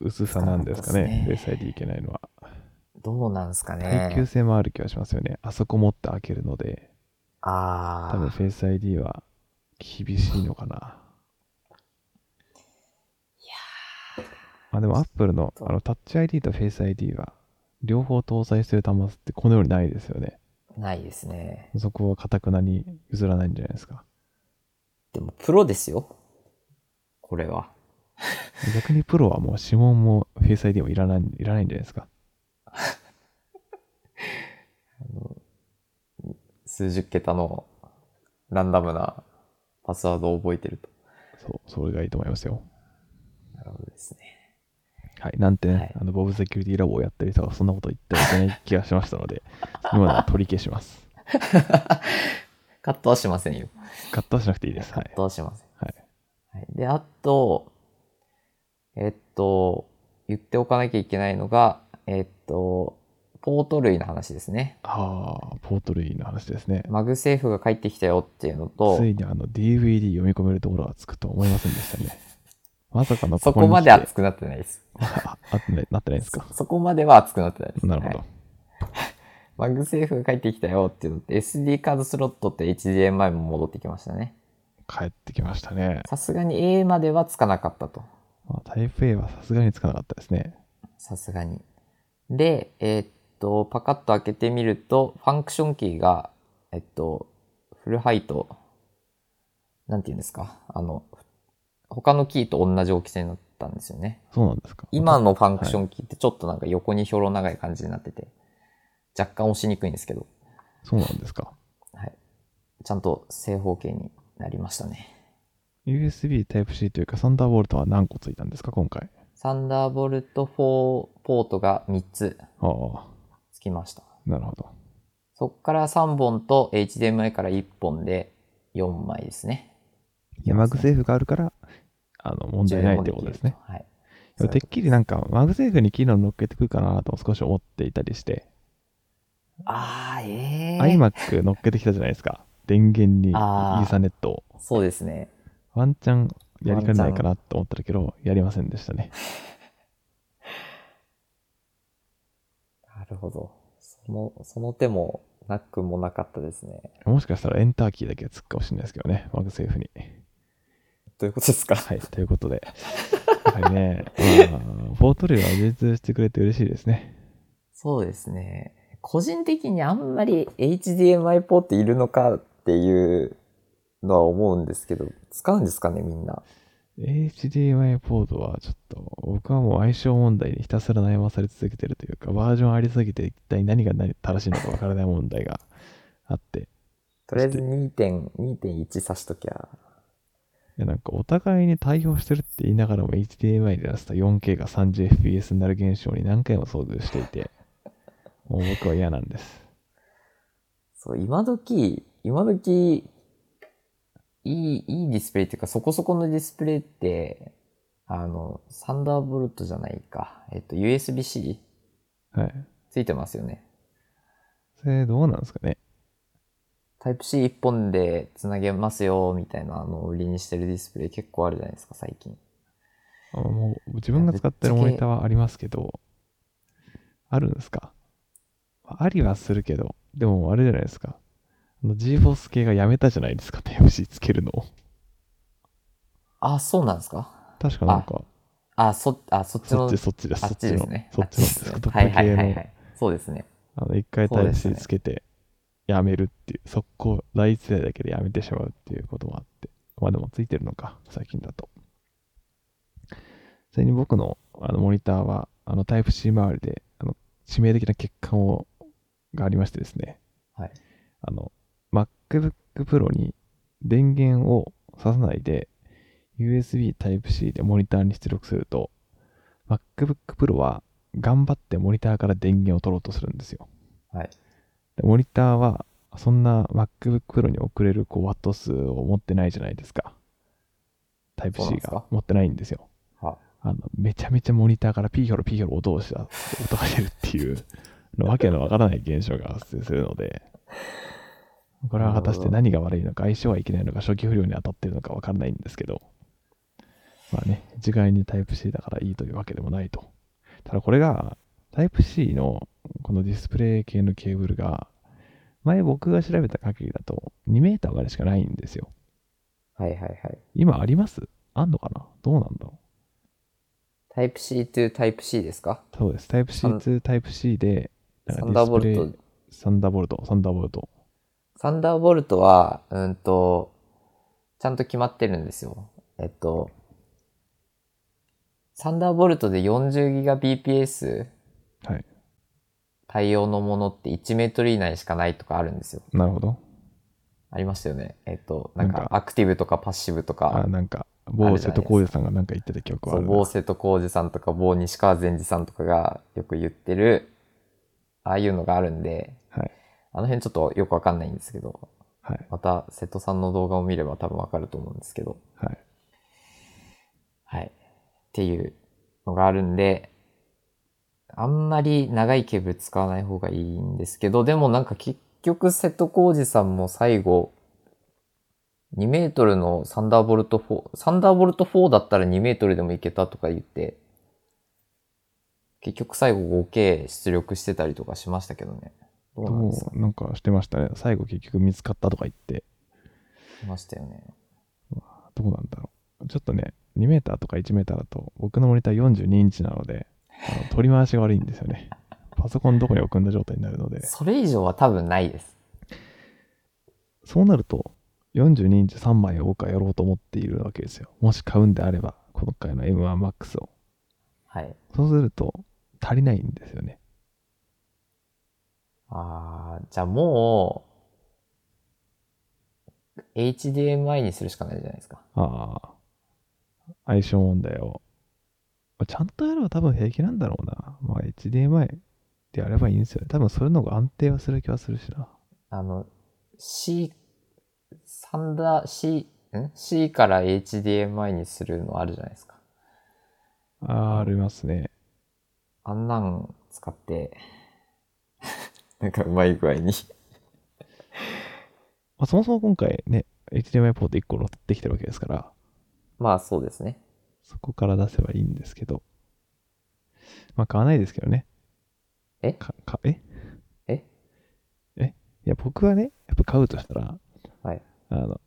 S1: う薄さなんですかね。
S2: そう
S1: ベ
S2: で
S1: ー
S2: すね
S1: ス ID いけないのは。
S2: どうなんすか
S1: 耐久
S2: ね。
S1: 性もある気はしますよね。あそこ持って開けるので、
S2: あ
S1: 多分
S2: あ、
S1: フェイス ID は厳しいのかな。いやあ、でも Apple のあのタッチ ID とフェイス ID は、両方搭載してる端末ってこのようにないですよね。
S2: ないですね。
S1: そこはかたくなに譲らないんじゃないですか。
S2: でも、プロですよ。これは。
S1: 逆にプロはもう指紋もフェイス ID もいらないいらないんじゃないですか。
S2: 数十桁のランダムなパスワードを覚えてると。
S1: そう、それがいいと思いますよ。
S2: なるほどですね。
S1: はい。なんてね、
S2: はい
S1: あの、ボブセキュリティラボをやってる人がそんなこと言ってはいけない気がしました ので、今のは取り消します。
S2: カットはしませんよ。
S1: カットはしなくていいです。
S2: カ
S1: は
S2: ッ
S1: い。
S2: トはしません。
S1: はい。
S2: はい、で、あと、えっと、言っておかなきゃいけないのが、えっと、ポート類の話ですね。
S1: ああ、ポート類の話ですね。
S2: マグセーフが帰ってきたよっていうのと
S1: つ、いにあの DVD 読み込めるところがつくとは思いませんでしたね。まさかの
S2: そ
S1: こに
S2: こ
S1: 来
S2: ま
S1: て
S2: で熱くなってないです。
S1: ああってないなってないです
S2: そ
S1: か。
S2: そこまでは熱くなってないです。
S1: なるほど。
S2: はいマグセーフが帰ってきたよっていうのと、SD カードスロットって HDMI も戻ってきましたね。
S1: 帰ってきましたね。
S2: さすがに A まではつかなかったと。
S1: まあ、タイプ A はさすがにつかなかったですね。
S2: さすがに。で、えーっと、パカッと開けてみると、ファンクションキーが、えっと、フルハイと、なんて言うんですか、あの、他のキーと同じ大きさになったんですよね。
S1: そうなんですか。
S2: 今のファンクションキーってちょっとなんか横にひょろ長い感じになってて、若干押しにくいんですけど、
S1: そうなんですか。
S2: はい。ちゃんと正方形になりましたね。
S1: USB Type-C というか、サンダーボルトは何個ついたんですか、今回。
S2: サンダーボルト4ポートが3つ
S1: ああ、
S2: つきました。
S1: なるほど。
S2: そっから3本と HDMI から1本で4枚ですね。
S1: いや、マグセーフがあるから、あの、問題ないってことですね。
S2: はい。
S1: でもてっきりなんか、マグセーフに機能乗っけてくるかなと少し思っていたりして、
S2: ああ、ええ
S1: iMac 乗っけてきたじゃないですか。電源にイ
S2: あー
S1: ーサネットを。
S2: そうですね。
S1: ワンチャンやりかねないかなと思ったけど、やりませんでしたね。
S2: なるほど。その、その手もなくもなかったですね。
S1: もしかしたらエンターキーだけがつくかもしれないですけどね、マグセーフに。
S2: どういうことですか
S1: はい、ということで。やはりね、まあ、ポートレイは流通してくれて嬉しいですね。
S2: そうですね。個人的にあんまり HDMI ポートいるのかっていうのは思うんですけど、使うんですかね、みんな。
S1: HDMI ポートはちょっと僕はもう相性問題にひたすら悩まされ続けてるというかバージョンありすぎて一体何が何正しいのかわからない問題があってい
S2: とりあえず2.2.1差しときゃ。
S1: やなんかお互いに対応してるって言いながらも HDMI で出すと 4K が 30fps になる現象に何回も遭遇していてもう僕は嫌なんです
S2: そう、今時、今時、いい、いいディスプレイっていうか、そこそこのディスプレイって、あの、サンダーボルトじゃないか。えっと、USB-C
S1: はい
S2: ついてますよね。
S1: それどうなんですかね
S2: タイプ C 一本でつなげますよ、みたいな、あの、売りにしてるディスプレイ結構あるじゃないですか、最近。
S1: あもう自分が使ってるモニターはありますけどあるんですかありはするけどでもあれじゃないですかの GForce 系がやめたじゃないですか、PFC つけるのを。
S2: あ、そうなんですか
S1: 確かなんか、
S2: あ、そ、あ、そっち
S1: そ
S2: の
S1: っち、、そっちです、
S2: あ
S1: そっ
S2: っち
S1: ち
S2: で
S1: の
S2: すね。、
S1: そっちのデ
S2: あです
S1: ス
S2: ね
S1: クト
S2: はい
S1: ップ
S2: はい
S1: 系
S2: はい
S1: の
S2: は、い。そうですね。
S1: あの、一回
S2: そうで
S1: Type
S2: す
S1: C
S2: ね
S1: つけて、やめるっていう、速攻、第一世代だけでやめてしまうっていうこともあって、まあでもついてるのか、最近だと。それに僕のあのモニターは、あの、Type C 周りで、あの、致命的な欠陥を、がありましてですね、
S2: はい。
S1: あの、MacBook Pro に電源を挿さないで、USB Type-C でモニターに出力すると、MacBook Pro は頑張ってモニターから電源を取ろうとするんですよ。
S2: はい。
S1: でモニターは、そんな MacBook Pro に送れるこうワット数を持ってないじゃないですか。
S2: そうなん
S1: Type-C
S2: です
S1: が
S2: か
S1: 持ってないんですよ。
S2: は、
S1: あのめちゃめちゃモニターからピーヒョロピーヒョロ音をした音が出るっていうのわけのわからない現象が発生するのでこれは果たして何が悪いのか相性はいけないのか初期不良に当たってるのかわからないんですけどまあね一概にタイプ C だからいいというわけでもないとただこれがタイプ C のこのディスプレイ系のケーブルが前僕が調べた限りだと2メーターまでしかないんですよ
S2: はいはいはい。
S1: 今ありますあんのかなどうなんだろう
S2: タイプ C to タイプ C ですか
S1: そうです。タイプ C
S2: サン
S1: 2、タイプ C で、
S2: サンダーボルト
S1: ト。。サンダーボルト、サンダーボルト。
S2: サンダーボルトは、うんと、ちゃんと決まってるんですよ。えっと、サンダーボルトで 40GBps
S1: はい。
S2: 対応のものって1メートル以内しかないとかあるんですよ。
S1: なるほど。
S2: ありましたよね。えっと、なん
S1: なん
S2: か
S1: か
S2: アクティブとかパッシブと
S1: あ、
S2: か、
S1: なんか、
S2: あ
S1: 某
S2: るじ
S1: 瀬
S2: ゃな
S1: 戸
S2: いですか
S1: 康史さんがなんか言ってた記憶は
S2: そ
S1: あ
S2: う、
S1: る
S2: 某
S1: な。
S2: 瀬戸康二さんとか、某西川善治さんとかがよく言ってる、ああいうのがあるんで、
S1: はい。
S2: あの辺ちょっとよくわかんないんですけど、
S1: はい。
S2: また瀬戸さんの動画を見れば多分わかると思うんですけど、
S1: はい。
S2: はい。っていうのがあるんで、あんまり長いケーブル使わない方がいいんですけど、でもなんか結局瀬戸康史さんも最後、2メートルのサンダーボルト4、サンダーボルト4だったら2メートルでもいけたとか言って、結局最後 5K 出力してたりとかしましたけどね。どう
S1: ど
S2: なんですか
S1: うなんかしてましたね。最後結局見つかったとか言って、
S2: しましたよね。
S1: どうなんだろう。ちょっとね、2メーターとか1メーターだと、僕のモニター42インチなので、あ の取り回しが悪いんですよね。パソコンどこに置くんだ状態になるので、
S2: それ以上は多分ないです。
S1: そうなると、42インチ3枚を僕はやろうと思っているわけですよ。もし買うんであれば、今回の M1MAX を。
S2: はい。
S1: そうすると足りないんですよね。
S2: ああ、じゃあもう、HDMI にするしかないじゃないですか。
S1: ああ。相性問題を。まあちゃんとやれば多分平気なんだろうな。まあ HDMI でやればいいんですよね。多分それの方が安定はする気はするしな。
S2: あの、C、サンダー、C、ん ?C から HDMI にするのあるじゃないですか。
S1: ああ、ありますね。
S2: あんなん使って、 なんかうまい具合に。
S1: まあそもそも今回ね、HDMI ポート1個乗ってきてるわけですから、
S2: まあそうですね。
S1: そこから出せばいいんですけど。まあ買わないですけどね。
S2: え
S1: かかえ
S2: え
S1: いや、僕はね、やっぱ買うとしたら、
S2: はい。
S1: あの、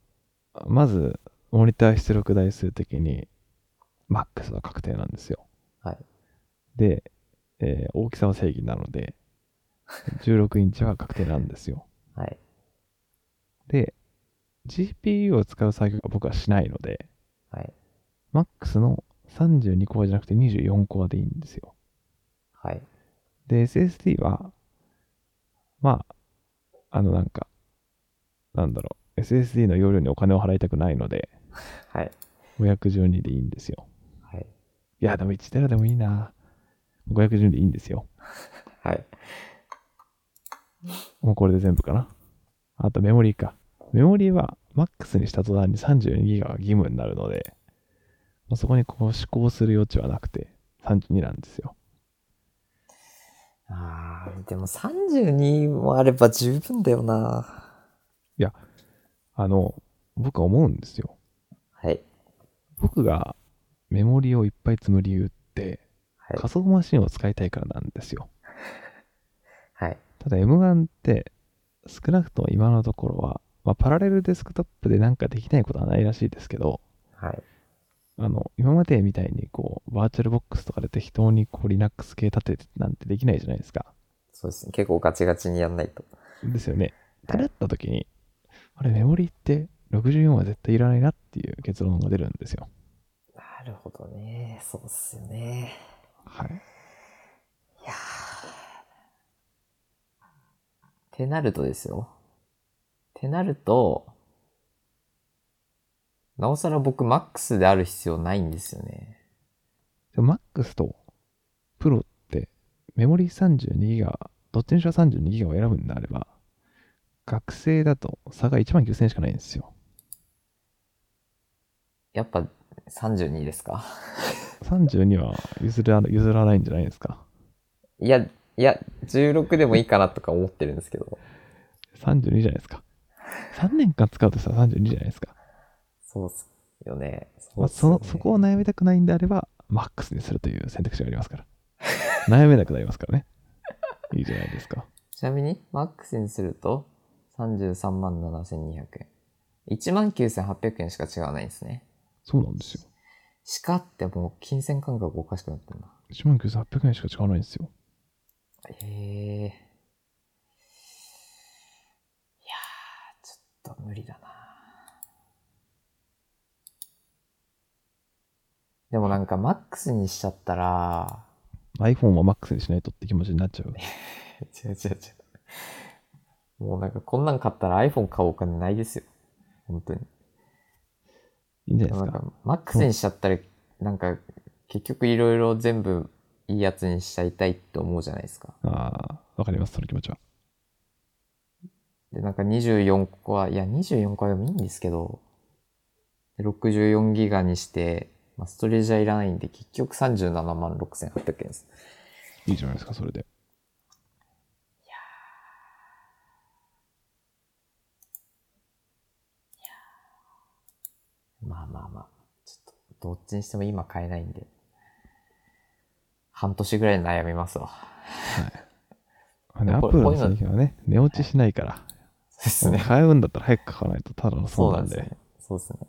S1: まず、モニター出力台数的に、MAX は確定なんですよ。
S2: はい。
S1: で、えー大きさは正義なので、16インチは確定なんですよ。
S2: はい。
S1: で、GPU を使う作業は僕はしないので、
S2: はい。
S1: MAX の32コアじゃなくて24コアでいいんですよ。
S2: はい。
S1: で、SSD は、まあ、あの、なんか、なんだろう、SSD の容量にお金を払いたくないので、
S2: はい。
S1: 512でいいんですよ。
S2: はい。
S1: いや、でも1テラでもいいな。510でいいんですよ。
S2: はい。
S1: もうこれで全部かな。あとメモリーか。メモリーは MAX にした途端に 32GB が義務になるので、まあ、そこにこう試行する余地はなくて32なんですよ。
S2: ああ、でも32もあれば十分だよな。
S1: あの、僕は思うんですよ。
S2: はい。
S1: 僕がメモリーをいっぱい積む理由って
S2: はい。
S1: 仮想マシンを使いたいからなんですよ。
S2: はい。
S1: ただ M1 って少なくとも今のところは、まあ、パラレルデスクトップでなんかできないことはないらしいですけど、
S2: はい。
S1: あの、今までみたいにこう、バーチャルボックスとかで適当にこう、Linux 系立ててなんてできないじゃないですか。
S2: そうですね。結構ガチガチにやんないと。
S1: ですよね。っ
S2: は
S1: て
S2: い
S1: なった時に、あれ、メモリって64は絶対いらないなっていう結論が出るんですよ。
S2: なるほどね。そうっすよね。
S1: はい。
S2: いやーってなるとですよ。ってなると、なおさら僕、マックスである必要ないんですよね。
S1: でも MAX とプロってメモリ32ギガ、どっちにしろ32ギガを選ぶんであれば、学生だと差が1万9000円しかないんですよ。
S2: やっぱ32ですか
S1: 32は譲ら譲らないんじゃないですか。
S2: いや、いや、16でもいいかなとか思ってるんですけど。
S1: 32じゃないですか。3年間使うとしたら32じゃないですか。
S2: そうっすよね。そ
S1: まあ、
S2: うっすよ
S1: そ
S2: ね
S1: のそこを悩みたくないんであれば、MAX にするという選択肢がありますから。悩めなくなります からね。いいじゃないですか。
S2: ちなみに、マックスにすると、33万7200円。1万9800円しか違わないんですね。
S1: そうなんですよ。
S2: しかってもう金銭感覚おかしくなってんな。
S1: 1万9800円しか違わないんですよ。
S2: へえ。いやー、ちょっと無理だな。でもなんかマックスにしちゃったら、
S1: iPhone は MAX にしないとって気持ちになっちゃう。
S2: 違う違う違う。もうなんかこんなん買ったら iPhone 買うお金ないですよ。本当に。
S1: いいんじゃない
S2: な
S1: で
S2: ん
S1: すか。
S2: かマックスにしちゃったら、なんか結局いろいろ全部いいやつにしちゃいたいって思うじゃないですか。
S1: ああ、わかります、その気持ちは。
S2: で、なんか24個は、いや、24個はでもいいんですけど、で64ギガにして、まあ、ストレージはいらないんで、結局37万6800円です。
S1: いいじゃないですか、それで。
S2: まあまあまあ、ちょっと、どっちにしても今買えないんで、半年ぐらい悩みますわ。
S1: はい。ね、アッ
S2: こ
S1: プ
S2: れ
S1: ルの
S2: こういう
S1: 製
S2: の
S1: 品はね、値落ちしないから、
S2: そうですね。
S1: 買うんだったら早く買わないとただの損なんで。
S2: そうなんですね。そうですね。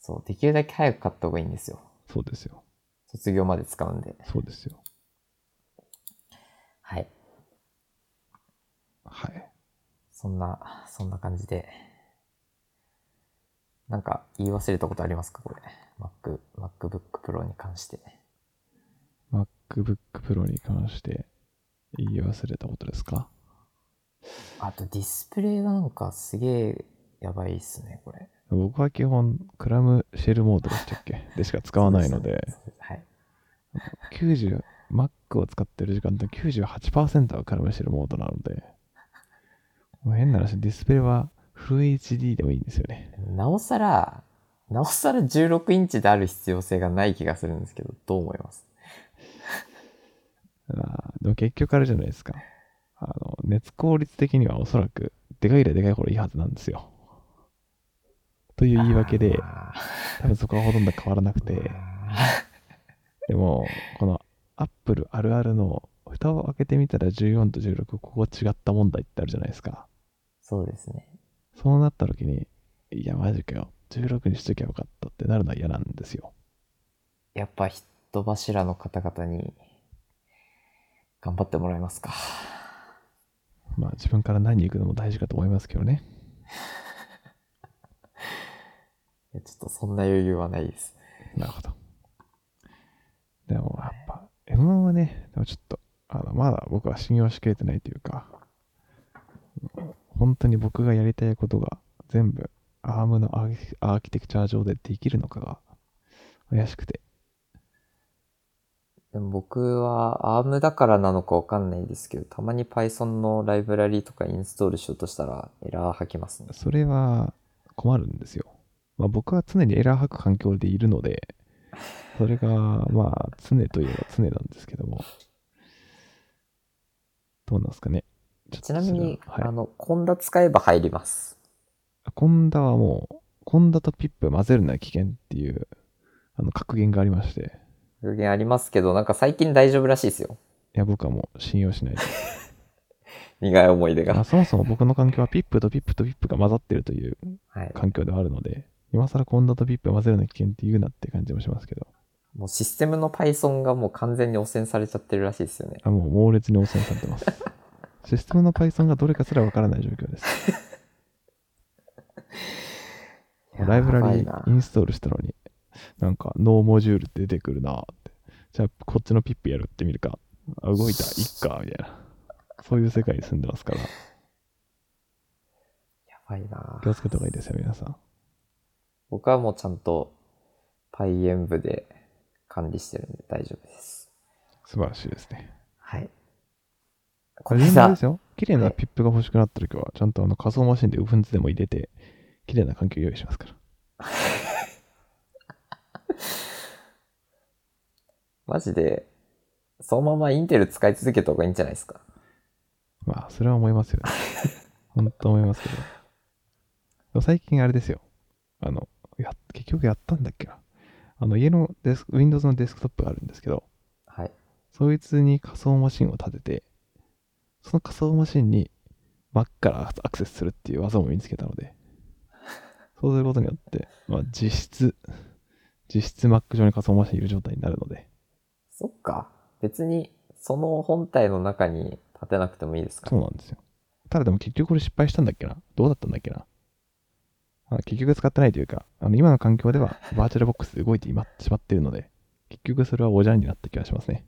S2: そう、できるだけ早く買った方がいいんですよ。
S1: そうですよ。
S2: 卒業まで使うんで。
S1: そうですよ。
S2: はい。
S1: はい。
S2: そんな、そんな感じで。なんか言い忘れたことありますかこれ。Mac、MacBook Pro に関して。
S1: MacBook Pro に関して言い忘れたことですか
S2: あとディスプレイがなんかすげえやばいっすね、これ。
S1: 僕は基本、クラムシェルモードでしたっけでしか使わないので、
S2: そうす。はい。
S1: 90、Mac を使ってる時間の98%はクラムシェルモードなので、もう変な話、ディスプレイはフル HD でもいいんですよね。
S2: なおさら、なおさら16インチである必要性がない気がするんですけど、どう思います
S1: あーでも結局あれじゃないですか。あの、熱効率的にはおそらく、でかいらでかいほどいいはずなんですよ。という言い訳で、
S2: あ
S1: 多分そこはほとんど変わらなく
S2: ー
S1: て、 でも、この Apple あるあるの、蓋を開けてみたら14と16、ここ違った問題ってあるじゃないですか。
S2: そうですね。
S1: そうなった時に、いや、マジかよ。16にしときゃよかったってなるのは嫌なんですよ。
S2: やっぱ人柱の方々に頑張ってもらえますか。
S1: まあ自分から何に行くのも大事かと思いますけどね。
S2: いやちょっとそんな余裕はないです。
S1: なるほど。でもやっぱ、M1 はね、でもちょっと、あのまだ僕は信用しきれてないというか、本当に僕がやりたいことが全部 ARM のアーキアーキテクチャ上でできるのかが怪しくて、
S2: でも僕は ARM だからなのかわかんないですけど、たまに Python のライブラリとかインストールしようとしたらエラー吐きますね。
S1: それは困るんですよ。まあ、僕は常にエラー吐く環境でいるので、それがまあ常といえば常なんですけども、どうなんですかね。ょっと
S2: ちなみに、
S1: それは
S2: あ
S1: はい
S2: の、コンダ使えば入ります。
S1: コンダはもう、コンダとピップ混ぜるのは危険っていう、あの、格言がありまして、
S2: 有限ありますけど、なんか最近大丈夫らしいですよ。
S1: いや、僕はもう信用しないです。
S2: 苦い思い出
S1: あ
S2: が。
S1: そもそも僕の環境はピップとピップとピップが混ざってるという
S2: はい。
S1: 環境ではあるので、今更コンダとピップ混ぜるの危険って言うなって感じもしますけど、
S2: もうシステムの Python がもう完全に汚染されちゃってるらしいですよね。
S1: あもう猛烈に汚染されて ます。システムの Python がどれかすらわからない状況です。ライブラリ
S2: やばい
S1: ーイ
S2: な
S1: ンストールしたのに、なんかノーモジュールって出てくるなって。じゃあこっちのピップやるってみるか。あ動いた、いっか、みたいな。そういう世界に住んでますから、
S2: やばいな
S1: 気をつけた方がいいですよ、皆さん。
S2: 僕はもうちゃんと Python 部で管理してるんで大丈夫です。
S1: 素晴らしいですね。
S2: はい。こ
S1: こ
S2: れ
S1: れ全部
S2: さ
S1: です、よ。綺麗なピップが欲しくなった時は、ちゃんとあの仮想マシンで Ubuntu でも入れて、綺麗な環境用意しますから。
S2: マジで、そのままインテル使い続けた方がいいんじゃないですか。
S1: まあ、それは思いますよね。本当思いますけど。でも最近あれですよ。あの、や、結局やったんだっけな。あの、家のデスク、Windows のデスクトップがあるんですけど、
S2: はい。
S1: そいつに仮想マシンを立てて、その仮想マシンに Mac からアクセスするっていう技も身につけたので、そうすることによって、まあ、実質、実質 Mac 上に仮想マシンいる状態になるので、
S2: そっか。別に、その本体の中に立てなくてもいいですか
S1: そう
S2: ら。
S1: なんですよ。ただでも結局これ失敗したんだっけなどうだったんだっけなあ結局使ってないというか、あの今の環境ではバーチャルボックスで動いていましまっているので、結局それはおじゃんになった気がしますね。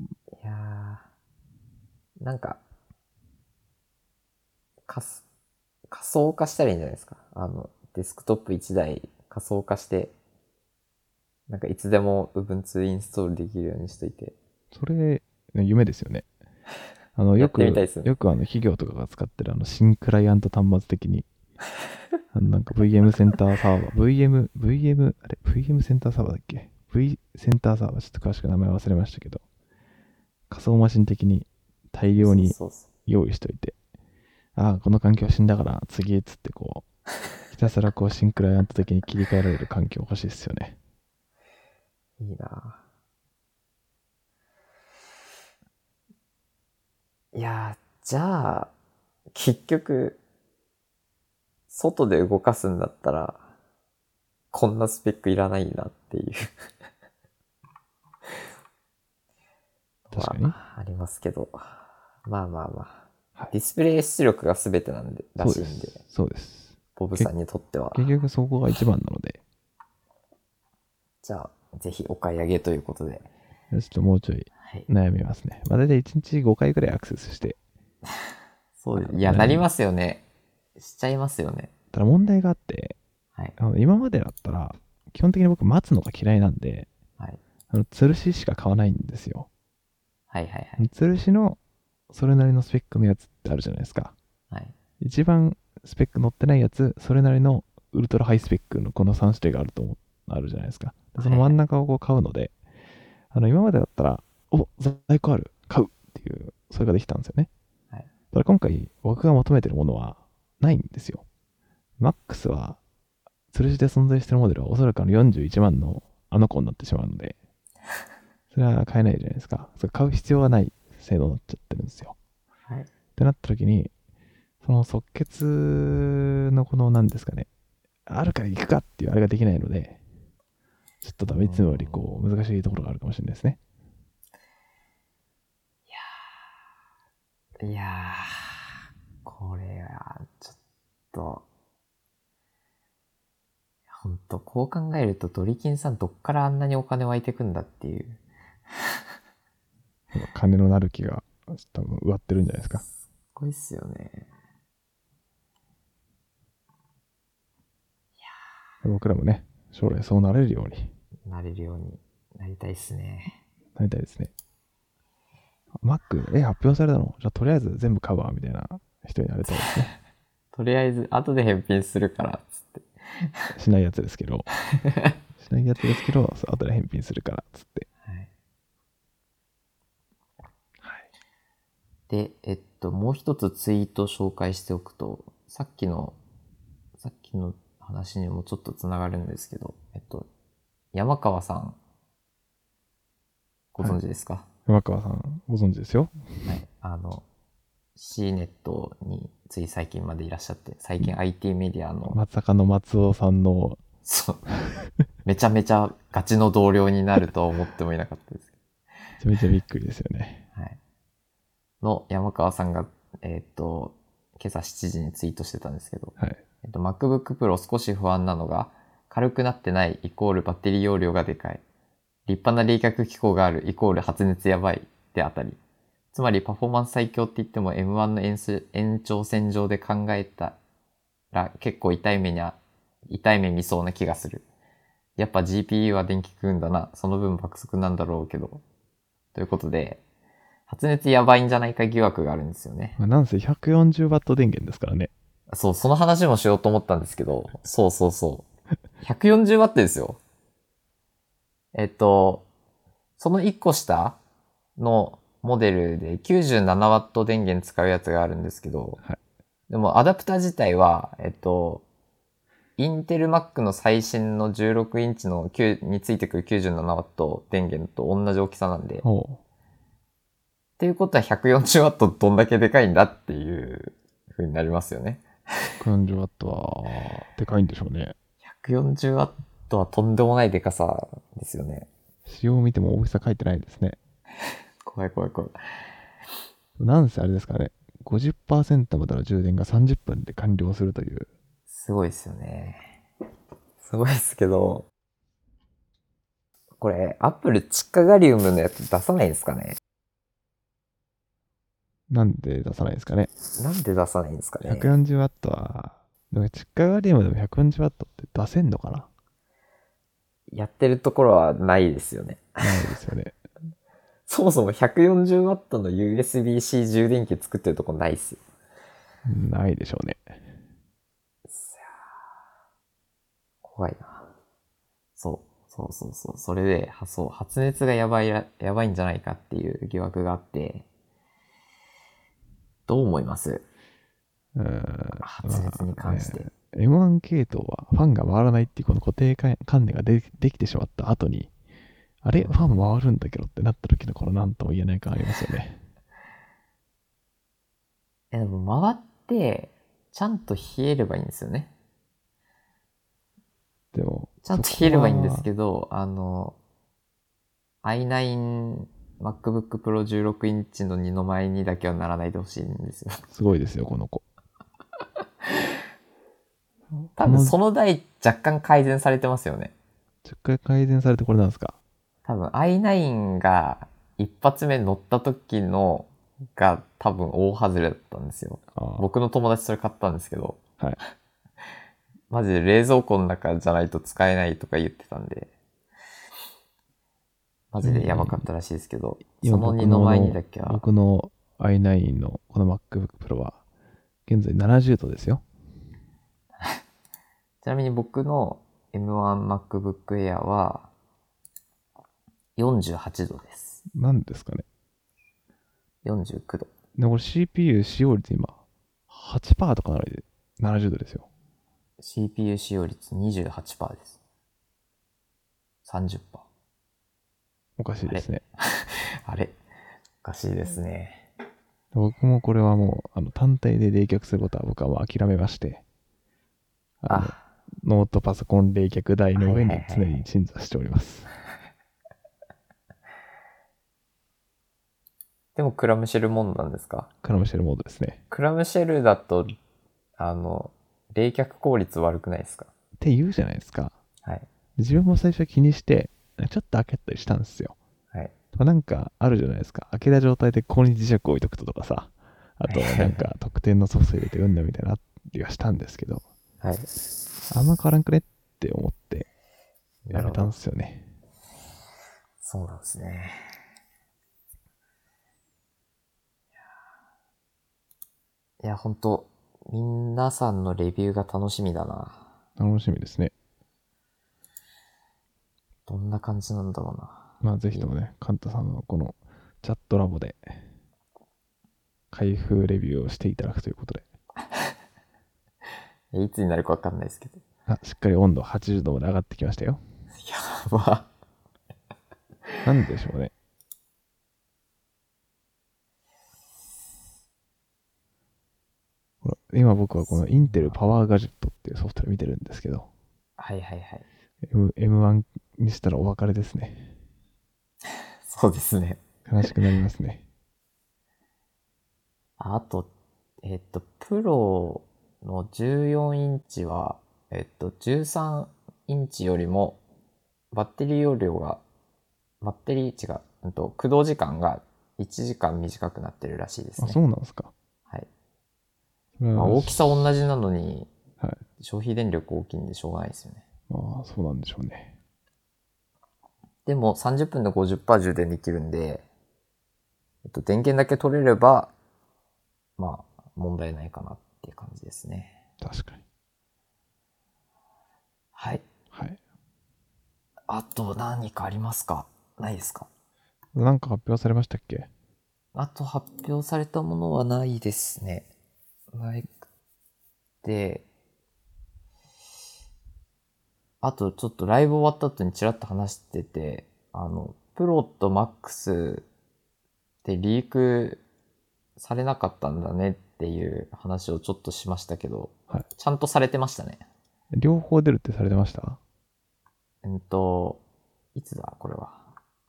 S2: いやーなんか、かす、仮想化したらいいんじゃないですか。あの、デスクトップ1台仮想化して、なんかいつでも Ubuntu インストールできるようにしといて。
S1: それ、ね夢ですよね。あ の、よく、
S2: やってみたいですよね
S1: よくあの、企業とかが使ってるあの、新クライアント端末的 に、あのなんか VM センターサーバー、VM、VM、あれ、VM センターサーバーだっけ ?V センターサーバー、ちょっと詳しく名前忘れましたけど、仮想マシン的に大量に
S2: そうそう
S1: 用意しといて、ああ、この環境死んだから次へっつってこ う、ひたすらこうシンクライアント的に切り替えられる環境欲しいですよね。
S2: そういいなぁいやーじゃあ、結局、外で動かすんだったら、こんなスペックいらないなっていう
S1: 確かに
S2: のはありますけど。まあまあまあ。
S1: はい
S2: ディスプレイ出力が全てなんで、ら
S1: そう
S2: しい
S1: で
S2: んで、
S1: す。そうです。
S2: ボブさんにとっては。
S1: 結局そこが一番なので、
S2: じゃあ、ぜひお買い上げということで。
S1: ちょっともうちょい
S2: はい。
S1: 悩みますね。まあ、大体1日5回ぐらいアクセスして、
S2: そうです
S1: あの
S2: いや、
S1: ね
S2: なりますよね。しちゃいますよね。
S1: ただ問題があって、
S2: はい。
S1: あの今までだったら、基本的に僕待つのが嫌いなんで、
S2: はい。
S1: あの、吊るししか買わないんですよ。
S2: はいはいはい。
S1: 吊るしの、それなりのスペックのやつってあるじゃないですか。
S2: はい。
S1: 一番スペック乗ってないやつ、それなりのウルトラハイスペックのこの3種類があると思うあるじゃないですか。でその真ん中をこう買うので、あの今までだったら、お在庫ある、買うっていう、それができたんですよね。
S2: はい
S1: ただ今回、僕が求めてるものはないんですよ。MAX は、吊るしで存在してるモデルはおそらくあの41万のあの子になってしまうので、それは買えないじゃないですか。それ買う必要がない性能になっちゃってるんですよ。
S2: はい。
S1: ってなった時にその即決のこの何ですかねあるから行くかっていうあれができないのでちょっと多分いつもよりこう難しいところがあるかもしれないですね
S2: いやー、これは、ちょっと、ほんと、こう考えるとドリキンさんどっからあんなにお金湧いてくんだっていう。
S1: この金のなる気が多分植わってるんじゃないですか
S2: すごいっすよね。
S1: 僕らもね将来そうなれるように
S2: なれるようになりたいっすね。
S1: なりたいですね Mac え発表されたのじゃあとりあえず全部買うわみたいな人になりたいですね
S2: とりあえず、後で返品するから、つって。
S1: しないやつですけどしないやつですけどそう後で返品するからっつって
S2: はい。
S1: はい
S2: で、えっと、もう一つツイート紹介しておくと、さっきの、さっきの話にもちょっとつながるんですけど、えっと、山川さん、ご存知ですか、
S1: 山川さん、ご存知ですよ。
S2: はい、あの、C ネットについ最近までいらっしゃって、最近 IT メディアの、
S1: 松坂の松尾さんの、
S2: そう、めちゃめちゃガチの同僚になるとは思ってもいなかったですけ
S1: めちゃめちゃびっくりですよね。
S2: ど、はい。の山川さんが、えーっと、今朝7時にツイートしてたんですけど、
S1: はい。
S2: えっと、MacBook Pro 少し不安なのが、軽くなってないイコールバッテリー容量がでかい。立派な冷却機構があるイコール発熱やばいであたり。つまりパフォーマンス最強って言っても M1 の延数延長線上で考えたら結構痛い目にあ、痛い目見そうな気がする。やっぱ GPU は電気食うんだな。その分爆速なんだろうけど。ということで、発熱やばいんじゃないか疑惑があるんですよね。
S1: まあ、なんせ 140W 電源ですからね。
S2: そう、その話もしようと思ったんですけど、そうそうそう。140ワットですよ。えっと、その1個下のモデルで97ワット電源使うやつがあるんですけど、
S1: はい
S2: でもアダプタ自体は、えっと、インテル Mac の最新の16インチの9についてくる97ワット電源と同じ大きさなんで、っ
S1: おう
S2: ていうことは140ワットどんだけでかいんだっていう風になりますよね。
S1: 140W は、でかいんでしょうね。
S2: 140ワットはとんでもないでかさですよね。
S1: 仕様を見ても大きさ書いてないですね。
S2: 怖い怖い怖い。
S1: なんせあれですからね。50%までの充電が30分で完了するという。
S2: すごいですよね。すごいですけど、これ、アップル窒化ガリウムのやつ出さないんですかね
S1: なんで出さないですかね。
S2: なんで出さないんですかね
S1: 140W は、でも、チッカガリウムでも 140W って出せんのかな
S2: やってるところはないですよね。
S1: ないですよね。
S2: そもそも 140W の USB-C 充電器作ってるとこないっすよ。
S1: ないでしょうね。
S2: 怖いな。そう。そうそうそう。それで、はそう、発熱がやばいら、やばいんじゃないかっていう疑惑があって、どう思います
S1: うーん。
S2: 発熱に関して。
S1: まあね M1 系統はファンが回らないっていうこの固定観念がでできてしまった後に、あれファン回るんだけどってなった時のこの何とも言えない感ありますよね。
S2: え、でも回って、ちゃんと冷えればいいんですよね。
S1: でも、
S2: ちゃんと冷えればいいんですけど、あの、i9 MacBook Pro 16インチの二の前にだけはならないでほしいんですよ。
S1: すごいですよ、この子。
S2: 多分その台若干改善されてますよね。
S1: 10回改善されてこれなんですか
S2: 多分 i9 が一発目乗った時のが多分大外れだったんですよ。
S1: あー
S2: 僕の友達それ買ったんですけど、
S1: はい
S2: マジで冷蔵庫の中じゃないと使えないとか言ってたんで、マジでやばかったらしいですけど、その2の前にだけは、
S1: 僕の僕の i9 のこの MacBook Pro は現在70度ですよ。
S2: ちなみに僕の M1MacBook Air は48度です。
S1: なんですかね。
S2: 49度。
S1: でもこれ CPU 使用率今8%とかなので70度ですよ。
S2: CPU 使用率28%です。30%。
S1: おかしいですね。
S2: あれおかしいですね。
S1: 僕もこれはもうあの単体で冷却することは僕はもう諦めまして、あの
S2: あ、
S1: ノートパソコン冷却台の上に
S2: はいはい
S1: 常
S2: はい
S1: に鎮座しております。
S2: でもクラムシェルモンドなんですか
S1: カラムシェルモードですね。
S2: クラムシェルだと、あの、冷却効率悪くないですか
S1: って言うじゃないですか。
S2: はい。
S1: 自分も最初は気にして、ちょっと開けたりしたんですよ。
S2: はい。
S1: まあなんかあるじゃないですか。開けた状態でここに磁石置いとくととかさ。あと、なんか特典のソース入れてうんだみたいなりはしたんですけど、
S2: はい。
S1: あんま変わらんくねって思って
S2: な
S1: や
S2: る
S1: め
S2: ほ
S1: たん
S2: ど。
S1: ですよね。
S2: そうなんですね。いや、ほんと、皆さんのレビューが楽しみだな。
S1: 楽しみですね。
S2: どんな感じなんだろうな。
S1: まあぜひともね、カンタさんのこのチャットラボで開封レビューをしていただくということで。
S2: いやいつになるかわかんないですけど。
S1: あ、しっかり温度80度まで上がってきましたよ。
S2: まあ、
S1: なんでしょうね。今僕はこのインテルパワーガジェットっていうソフトウェア見てるんですけど、
S2: はいはいはい。
S1: M- M1 にしたらお別れですね。
S2: そうですね。
S1: 悲しくなりますね。
S2: あと、えっと、プロの14インチは、えっと、13インチよりも、バッテリー容量が、バッテリー、違う、うんと、駆動時間が1時間短くなってるらしい です
S1: あ、
S2: ね。
S1: そうなんですか。
S2: はい。
S1: それは
S2: まあ、大きさ同じなのに、
S1: はい
S2: 消費電力大きいんでしょうがないですよね。
S1: まあ、そうなんでしょうね。
S2: でも30分で50%充電できるんで、えっと、電源だけ取れれば、まあ、問題ないかなっていう感じですね。
S1: 確かに。
S2: はい。
S1: はい。
S2: あと何かありますかないですか
S1: なんか発表されましたっけ
S2: あと発表されたものはないですね。ないくて、あとちょっとライブ終わった後にちらっと話してて、あの、プロとマックスってリークされなかったんだねっていう話をちょっとしましたけど、
S1: はい
S2: ちゃんとされてましたね。
S1: 両方出るってされてました
S2: うんと、いつだこれは。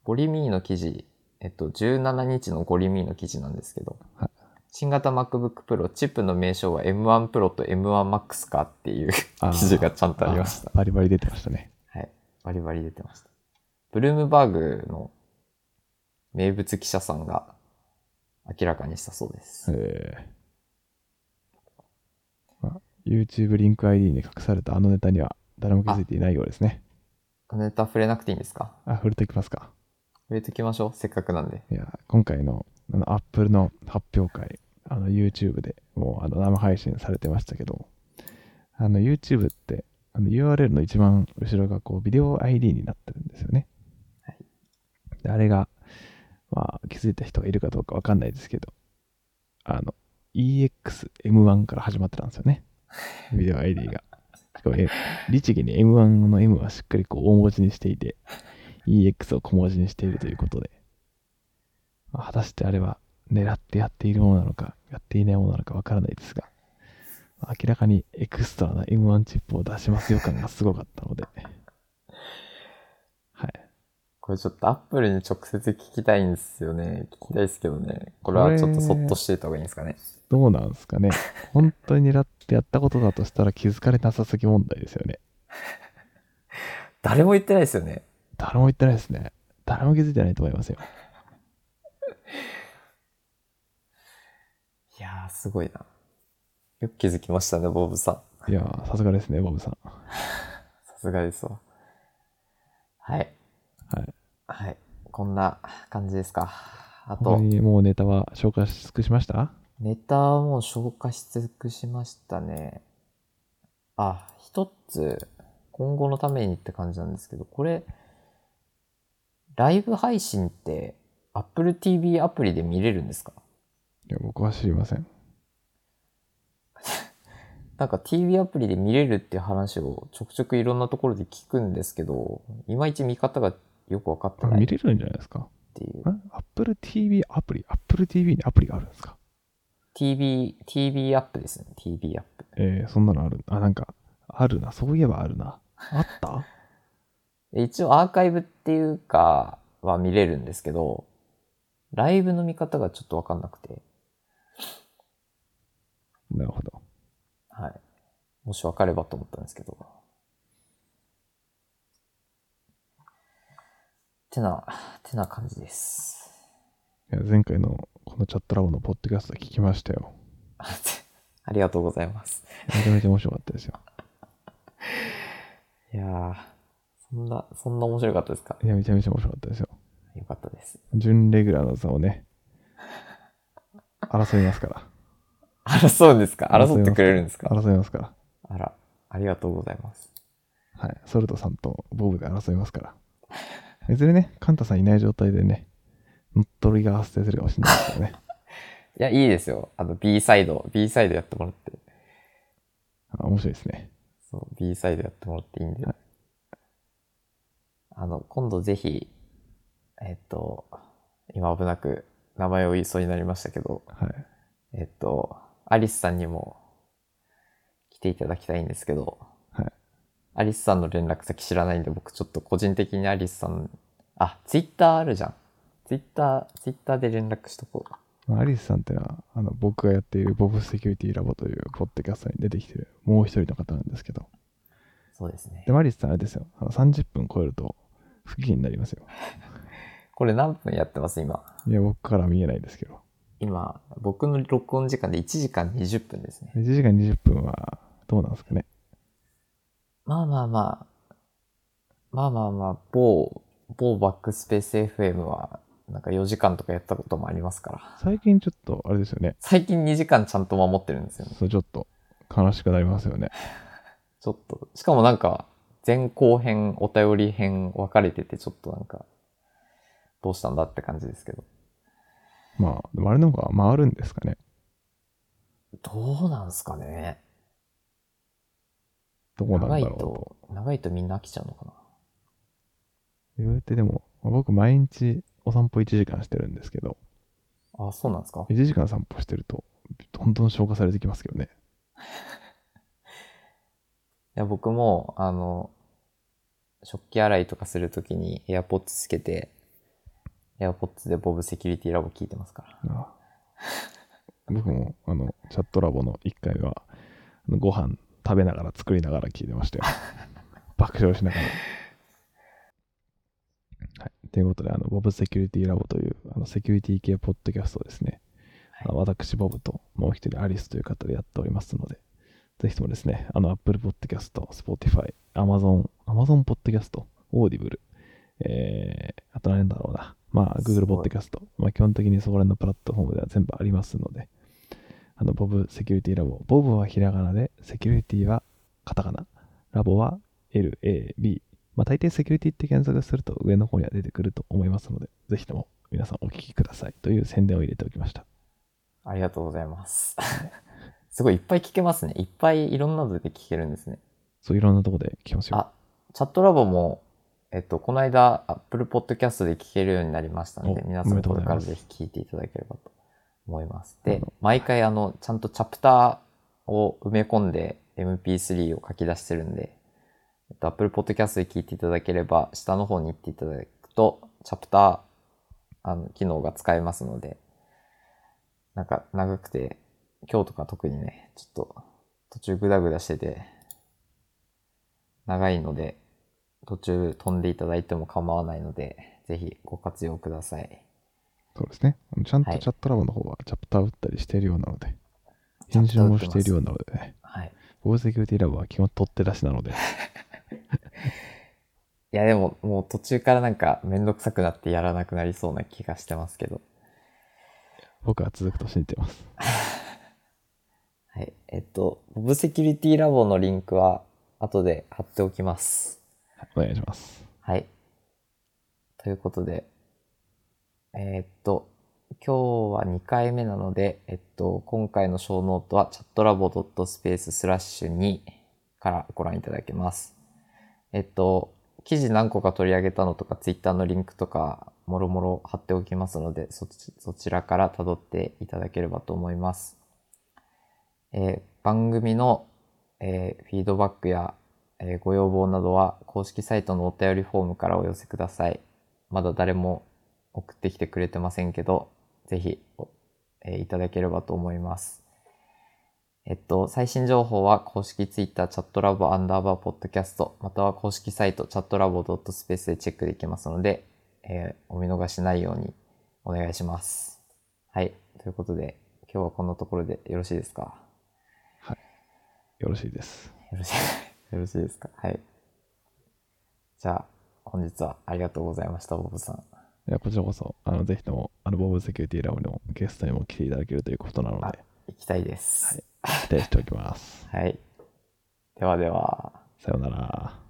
S2: ゴリミーの記事、えっと、17日のゴリミーの記事なんですけど、
S1: はい
S2: 新型 MacBook Pro、チップの名称は M1 Pro と M1 Max かっていう記事がちゃんとありました。
S1: た。バリバリ出てましたね。
S2: はい。バリバリ出てました。ブルームバーグの名物記者さんが明らかにしたそうです。
S1: えーまあ、YouTube リンク ID に隠されたあのネタには誰も気づいていないようですね。
S2: ネタ触れなくていいんですか
S1: あ、触れておきますか。
S2: 触れてきましょう。せっかくなんで。
S1: いや、今回のあの Apple の発表会、あの YouTube でもうあの生配信されてましたけど、あの YouTube ってあの URL の一番後ろがこうビデオ ID になってるんですよね。
S2: はい
S1: であれが、まあ、気づいた人がいるかどうかわかんないですけど、あの EXM1 から始まってたんですよね。ビデオ ID が。しかも、え律儀に M1 の M はしっかりこう大文字にしていて、EX を小文字にしているということで、まあ果たしてあれは狙ってやっているものなのか、やっていないものなのかわからないですが、まあ明らかにエクストラな M1 チップを出しますよ感がすごかったので、 はい。
S2: これちょっとアップルに直接聞きたいんですよね。聞きたいですけどね。これはちょっとそっとしていた方がいいんですかね。
S1: どうなんですかね。本当に狙ってやったことだとしたら気づかれなさすぎ問題ですよね。
S2: 誰も言ってないですよね。
S1: 誰も言ってないですね。誰も気づいてないと思いますよ。
S2: いやー、すごいな。よく気づきましたね、ボブさん。
S1: いやー、さすがですね、ボブさん。
S2: さすがですわ。はい。
S1: はい。
S2: はい。こんな感じですか。あ
S1: 他
S2: と、
S1: にもうネタは紹介し尽くしました
S2: ネタはもう消化し尽くしましたね。あ、一つ、今後のためにって感じなんですけど、これ、ライブ配信って、Apple TV アプリで見れるんですか
S1: いや、僕は知りません。
S2: なんか TV アプリで見れるっていう話をちょくちょくいろんなところで聞くんですけど、いまいち見方がよく分かってない
S1: 見
S2: っ
S1: れるんじゃないですか。
S2: ていう。
S1: Apple TV アプリ ?Apple TV にアプリがあるんですか
S2: TV、TV アップですね。TV アップ。
S1: えー、そんなのある。あ、なんか、あるな。そういえばあるな。あった
S2: で一応アーカイブっていうかは見れるんですけど、ライブの見方がちょっとわかんなくて、
S1: なるほど。
S2: はい。もしわかればと思ったんですけど。てな、てな感じです。
S1: いや前回のこのチャットラボのポッドキャスト聞きましたよ。
S2: あてありがとうございます。
S1: めちゃめちゃ面白かったですよ。
S2: いやー、そんな、そんな面白かったですか
S1: いや、めちゃめちゃ面白かったですよ。
S2: よかったです。
S1: 準レギュラーの座をね、争いますから。
S2: 争うんですか
S1: 争います
S2: 争ってくれるんですか
S1: 争いますから。
S2: あら、ありがとうございます。
S1: はい。ソルトさんとボブが争いますから。いずれね、カンタさんいない状態でね、乗っ取りが発生するかもしれないですけどね。
S2: いや、いいですよ。あの、B サイド、B サイドやってもらって。
S1: あ面白いですね。
S2: そう、B サイドやってもらっていいんで
S1: はい。
S2: あの、今度ぜひ、えっと、今危なく名前を言いそうになりましたけど、
S1: はい。
S2: えっと、アリスさんにも来ていただきたいんですけど、
S1: はい
S2: アリスさんの連絡先知らないんで、僕ちょっと個人的にアリスさん、あ、ツイッターあるじゃん。ツイッター、ツイッターで連絡しとこう。
S1: まあアリスさんってのは、あの、僕がやっているボブセキュリティラボというポッドキャストに出てきてるもう一人の方なんですけど、
S2: そうですね
S1: で。もアリスさんあれですよ、あの30分超えると不機嫌になりますよ。
S2: これ何分やってます今。
S1: いや、僕からは見えないですけど、
S2: 今、僕の録音時間で1時間20分ですね。
S1: 1時間20分はどうなんですかね。
S2: まあまあまあ、まあまあまあ、某、某バックスペース FM は、なんか4時間とかやったこともありますから。
S1: 最近ちょっと、あれですよね、
S2: 最近2時間ちゃんと守ってるんですよね。
S1: そう、ちょっと悲しくなりますよね。
S2: ちょっと、しかもなんか、前後編、お便り編分かれてて、ちょっとなんか、どうしたんだって感じですけど。
S1: まあ、でもあれの方が回るんですかね。
S2: どうなんすかね。
S1: どうなんだ
S2: 長い
S1: ろうと。
S2: と、長いとみんな飽きちゃうのかな。
S1: 言うてでも、まあ僕毎日お散歩1時間してるんですけど、
S2: あ、そうなんですか
S1: 1時間散歩してると、どんどん消化されてきますけどね。
S2: いや、僕も、あの、食器洗いとかするときに AirPods つけて、AirPods でボブセキュリティラボ聞いてますから。
S1: あ僕も、あの、チャットラボの1回は、あのご飯食べながら作りながら聞いてましたよ。爆笑しながら。はい。ということで、あの、ボブセキュリティラボという、あの、セキュリティ系ポッドキャストをですね、
S2: はい
S1: あの私、ボブと、もう一人、アリスという方でやっておりますので、ぜひともですね、あの、Apple Podcast、Spotify、Amazon、Amazon Podcast、Audible、えー、あと何だろうな、まあ、
S2: す
S1: Google
S2: ごい
S1: Podcast、まあ、基本的にそこら辺のプラットフォームでは全部ありますので、あの、ボブセキュリティラボ、ボブはひらがなで、セキュリティはカタカナ、ラボは LAB、まあ、大抵セキュリティって検索すると上の方には出てくると思いますので、ぜひとも皆さんお聞きくださいという宣伝を入れておきました。
S2: ありがとうございます。 すごいいっぱい聞けますね。いっぱいいろんなので聞けるんですね。
S1: そういろんなとこで聞きますよ。
S2: あ、チャットラボも、えっと、この間、Apple Podcast で聞けるようになりましたので、
S1: お
S2: 皆
S1: お
S2: さ
S1: め
S2: ん
S1: でとうござ
S2: これ
S1: い
S2: か
S1: ま
S2: ら
S1: す
S2: ぜひ聞いていただければと思います。
S1: あ
S2: で
S1: の、
S2: 毎回、あの、ちゃんとチャプターを埋め込んで MP3 を書き出してるんで、えっと、Apple Podcast で聞いていただければ、下の方に行っていただくと、チャプター、あの、機能が使えますので、なんか長くて、今日とか特にね、ちょっと途中グダグダしてて、長いので、途中飛んでいただいても構わないので、ぜひご活用ください。
S1: そうですね。あのちゃんと
S2: はい
S1: チャットラボの方はチャプター打ったりしているようなので、
S2: チャ
S1: 編
S2: プ
S1: 集
S2: ター打ってま
S1: も
S2: す
S1: しているようなので、ね、
S2: はい。
S1: ボブセキュリティラボは基本取って出しな ので、
S2: いや、でも、もう途中からなんかめんどくさくなってやらなくなりそうな気がしてますけど。
S1: 僕は続くと信じてます。
S2: はい。えっと、ボブセキュリティラボのリンクは後で貼っておきます。
S1: はいお願いします。
S2: はい。ということで、えーっと、今日は2回目なので、えっと、今回の小ノートはチャットラボ .space スラッシュ2からご覧いただけます。えっと、記事何個か取り上げたのとか、ツイッターのリンクとか、もろもろ貼っておきますので、そちそちらから辿っていただければと思います。えー番組の、えーフィードバックやえーご要望などは公式サイトのお便りフォームからお寄せください。まだ誰も送ってきてくれてませんけど、ぜひ、おえーいただければと思います。えっと、最新情報は公式ツイッターチャットラボアンダーバーポッドキャスト、または公式サイトチャットラボ .space でチェックできますので、えーお見逃しないようにお願いします。はい。ということで、今日はこんなところでよろしいですか
S1: よろしいです。
S2: よろしい、 よろしいですかはい。じゃあ、本日はありがとうございました、ボブさん。
S1: いやこちらこそ、あのぜひとも、あのボブセキュリティラボのゲストにも来ていただけるということなの
S2: あ
S1: で、
S2: 行きたいです。
S1: 期待しておきます。
S2: はい。ではでは。
S1: さようなら。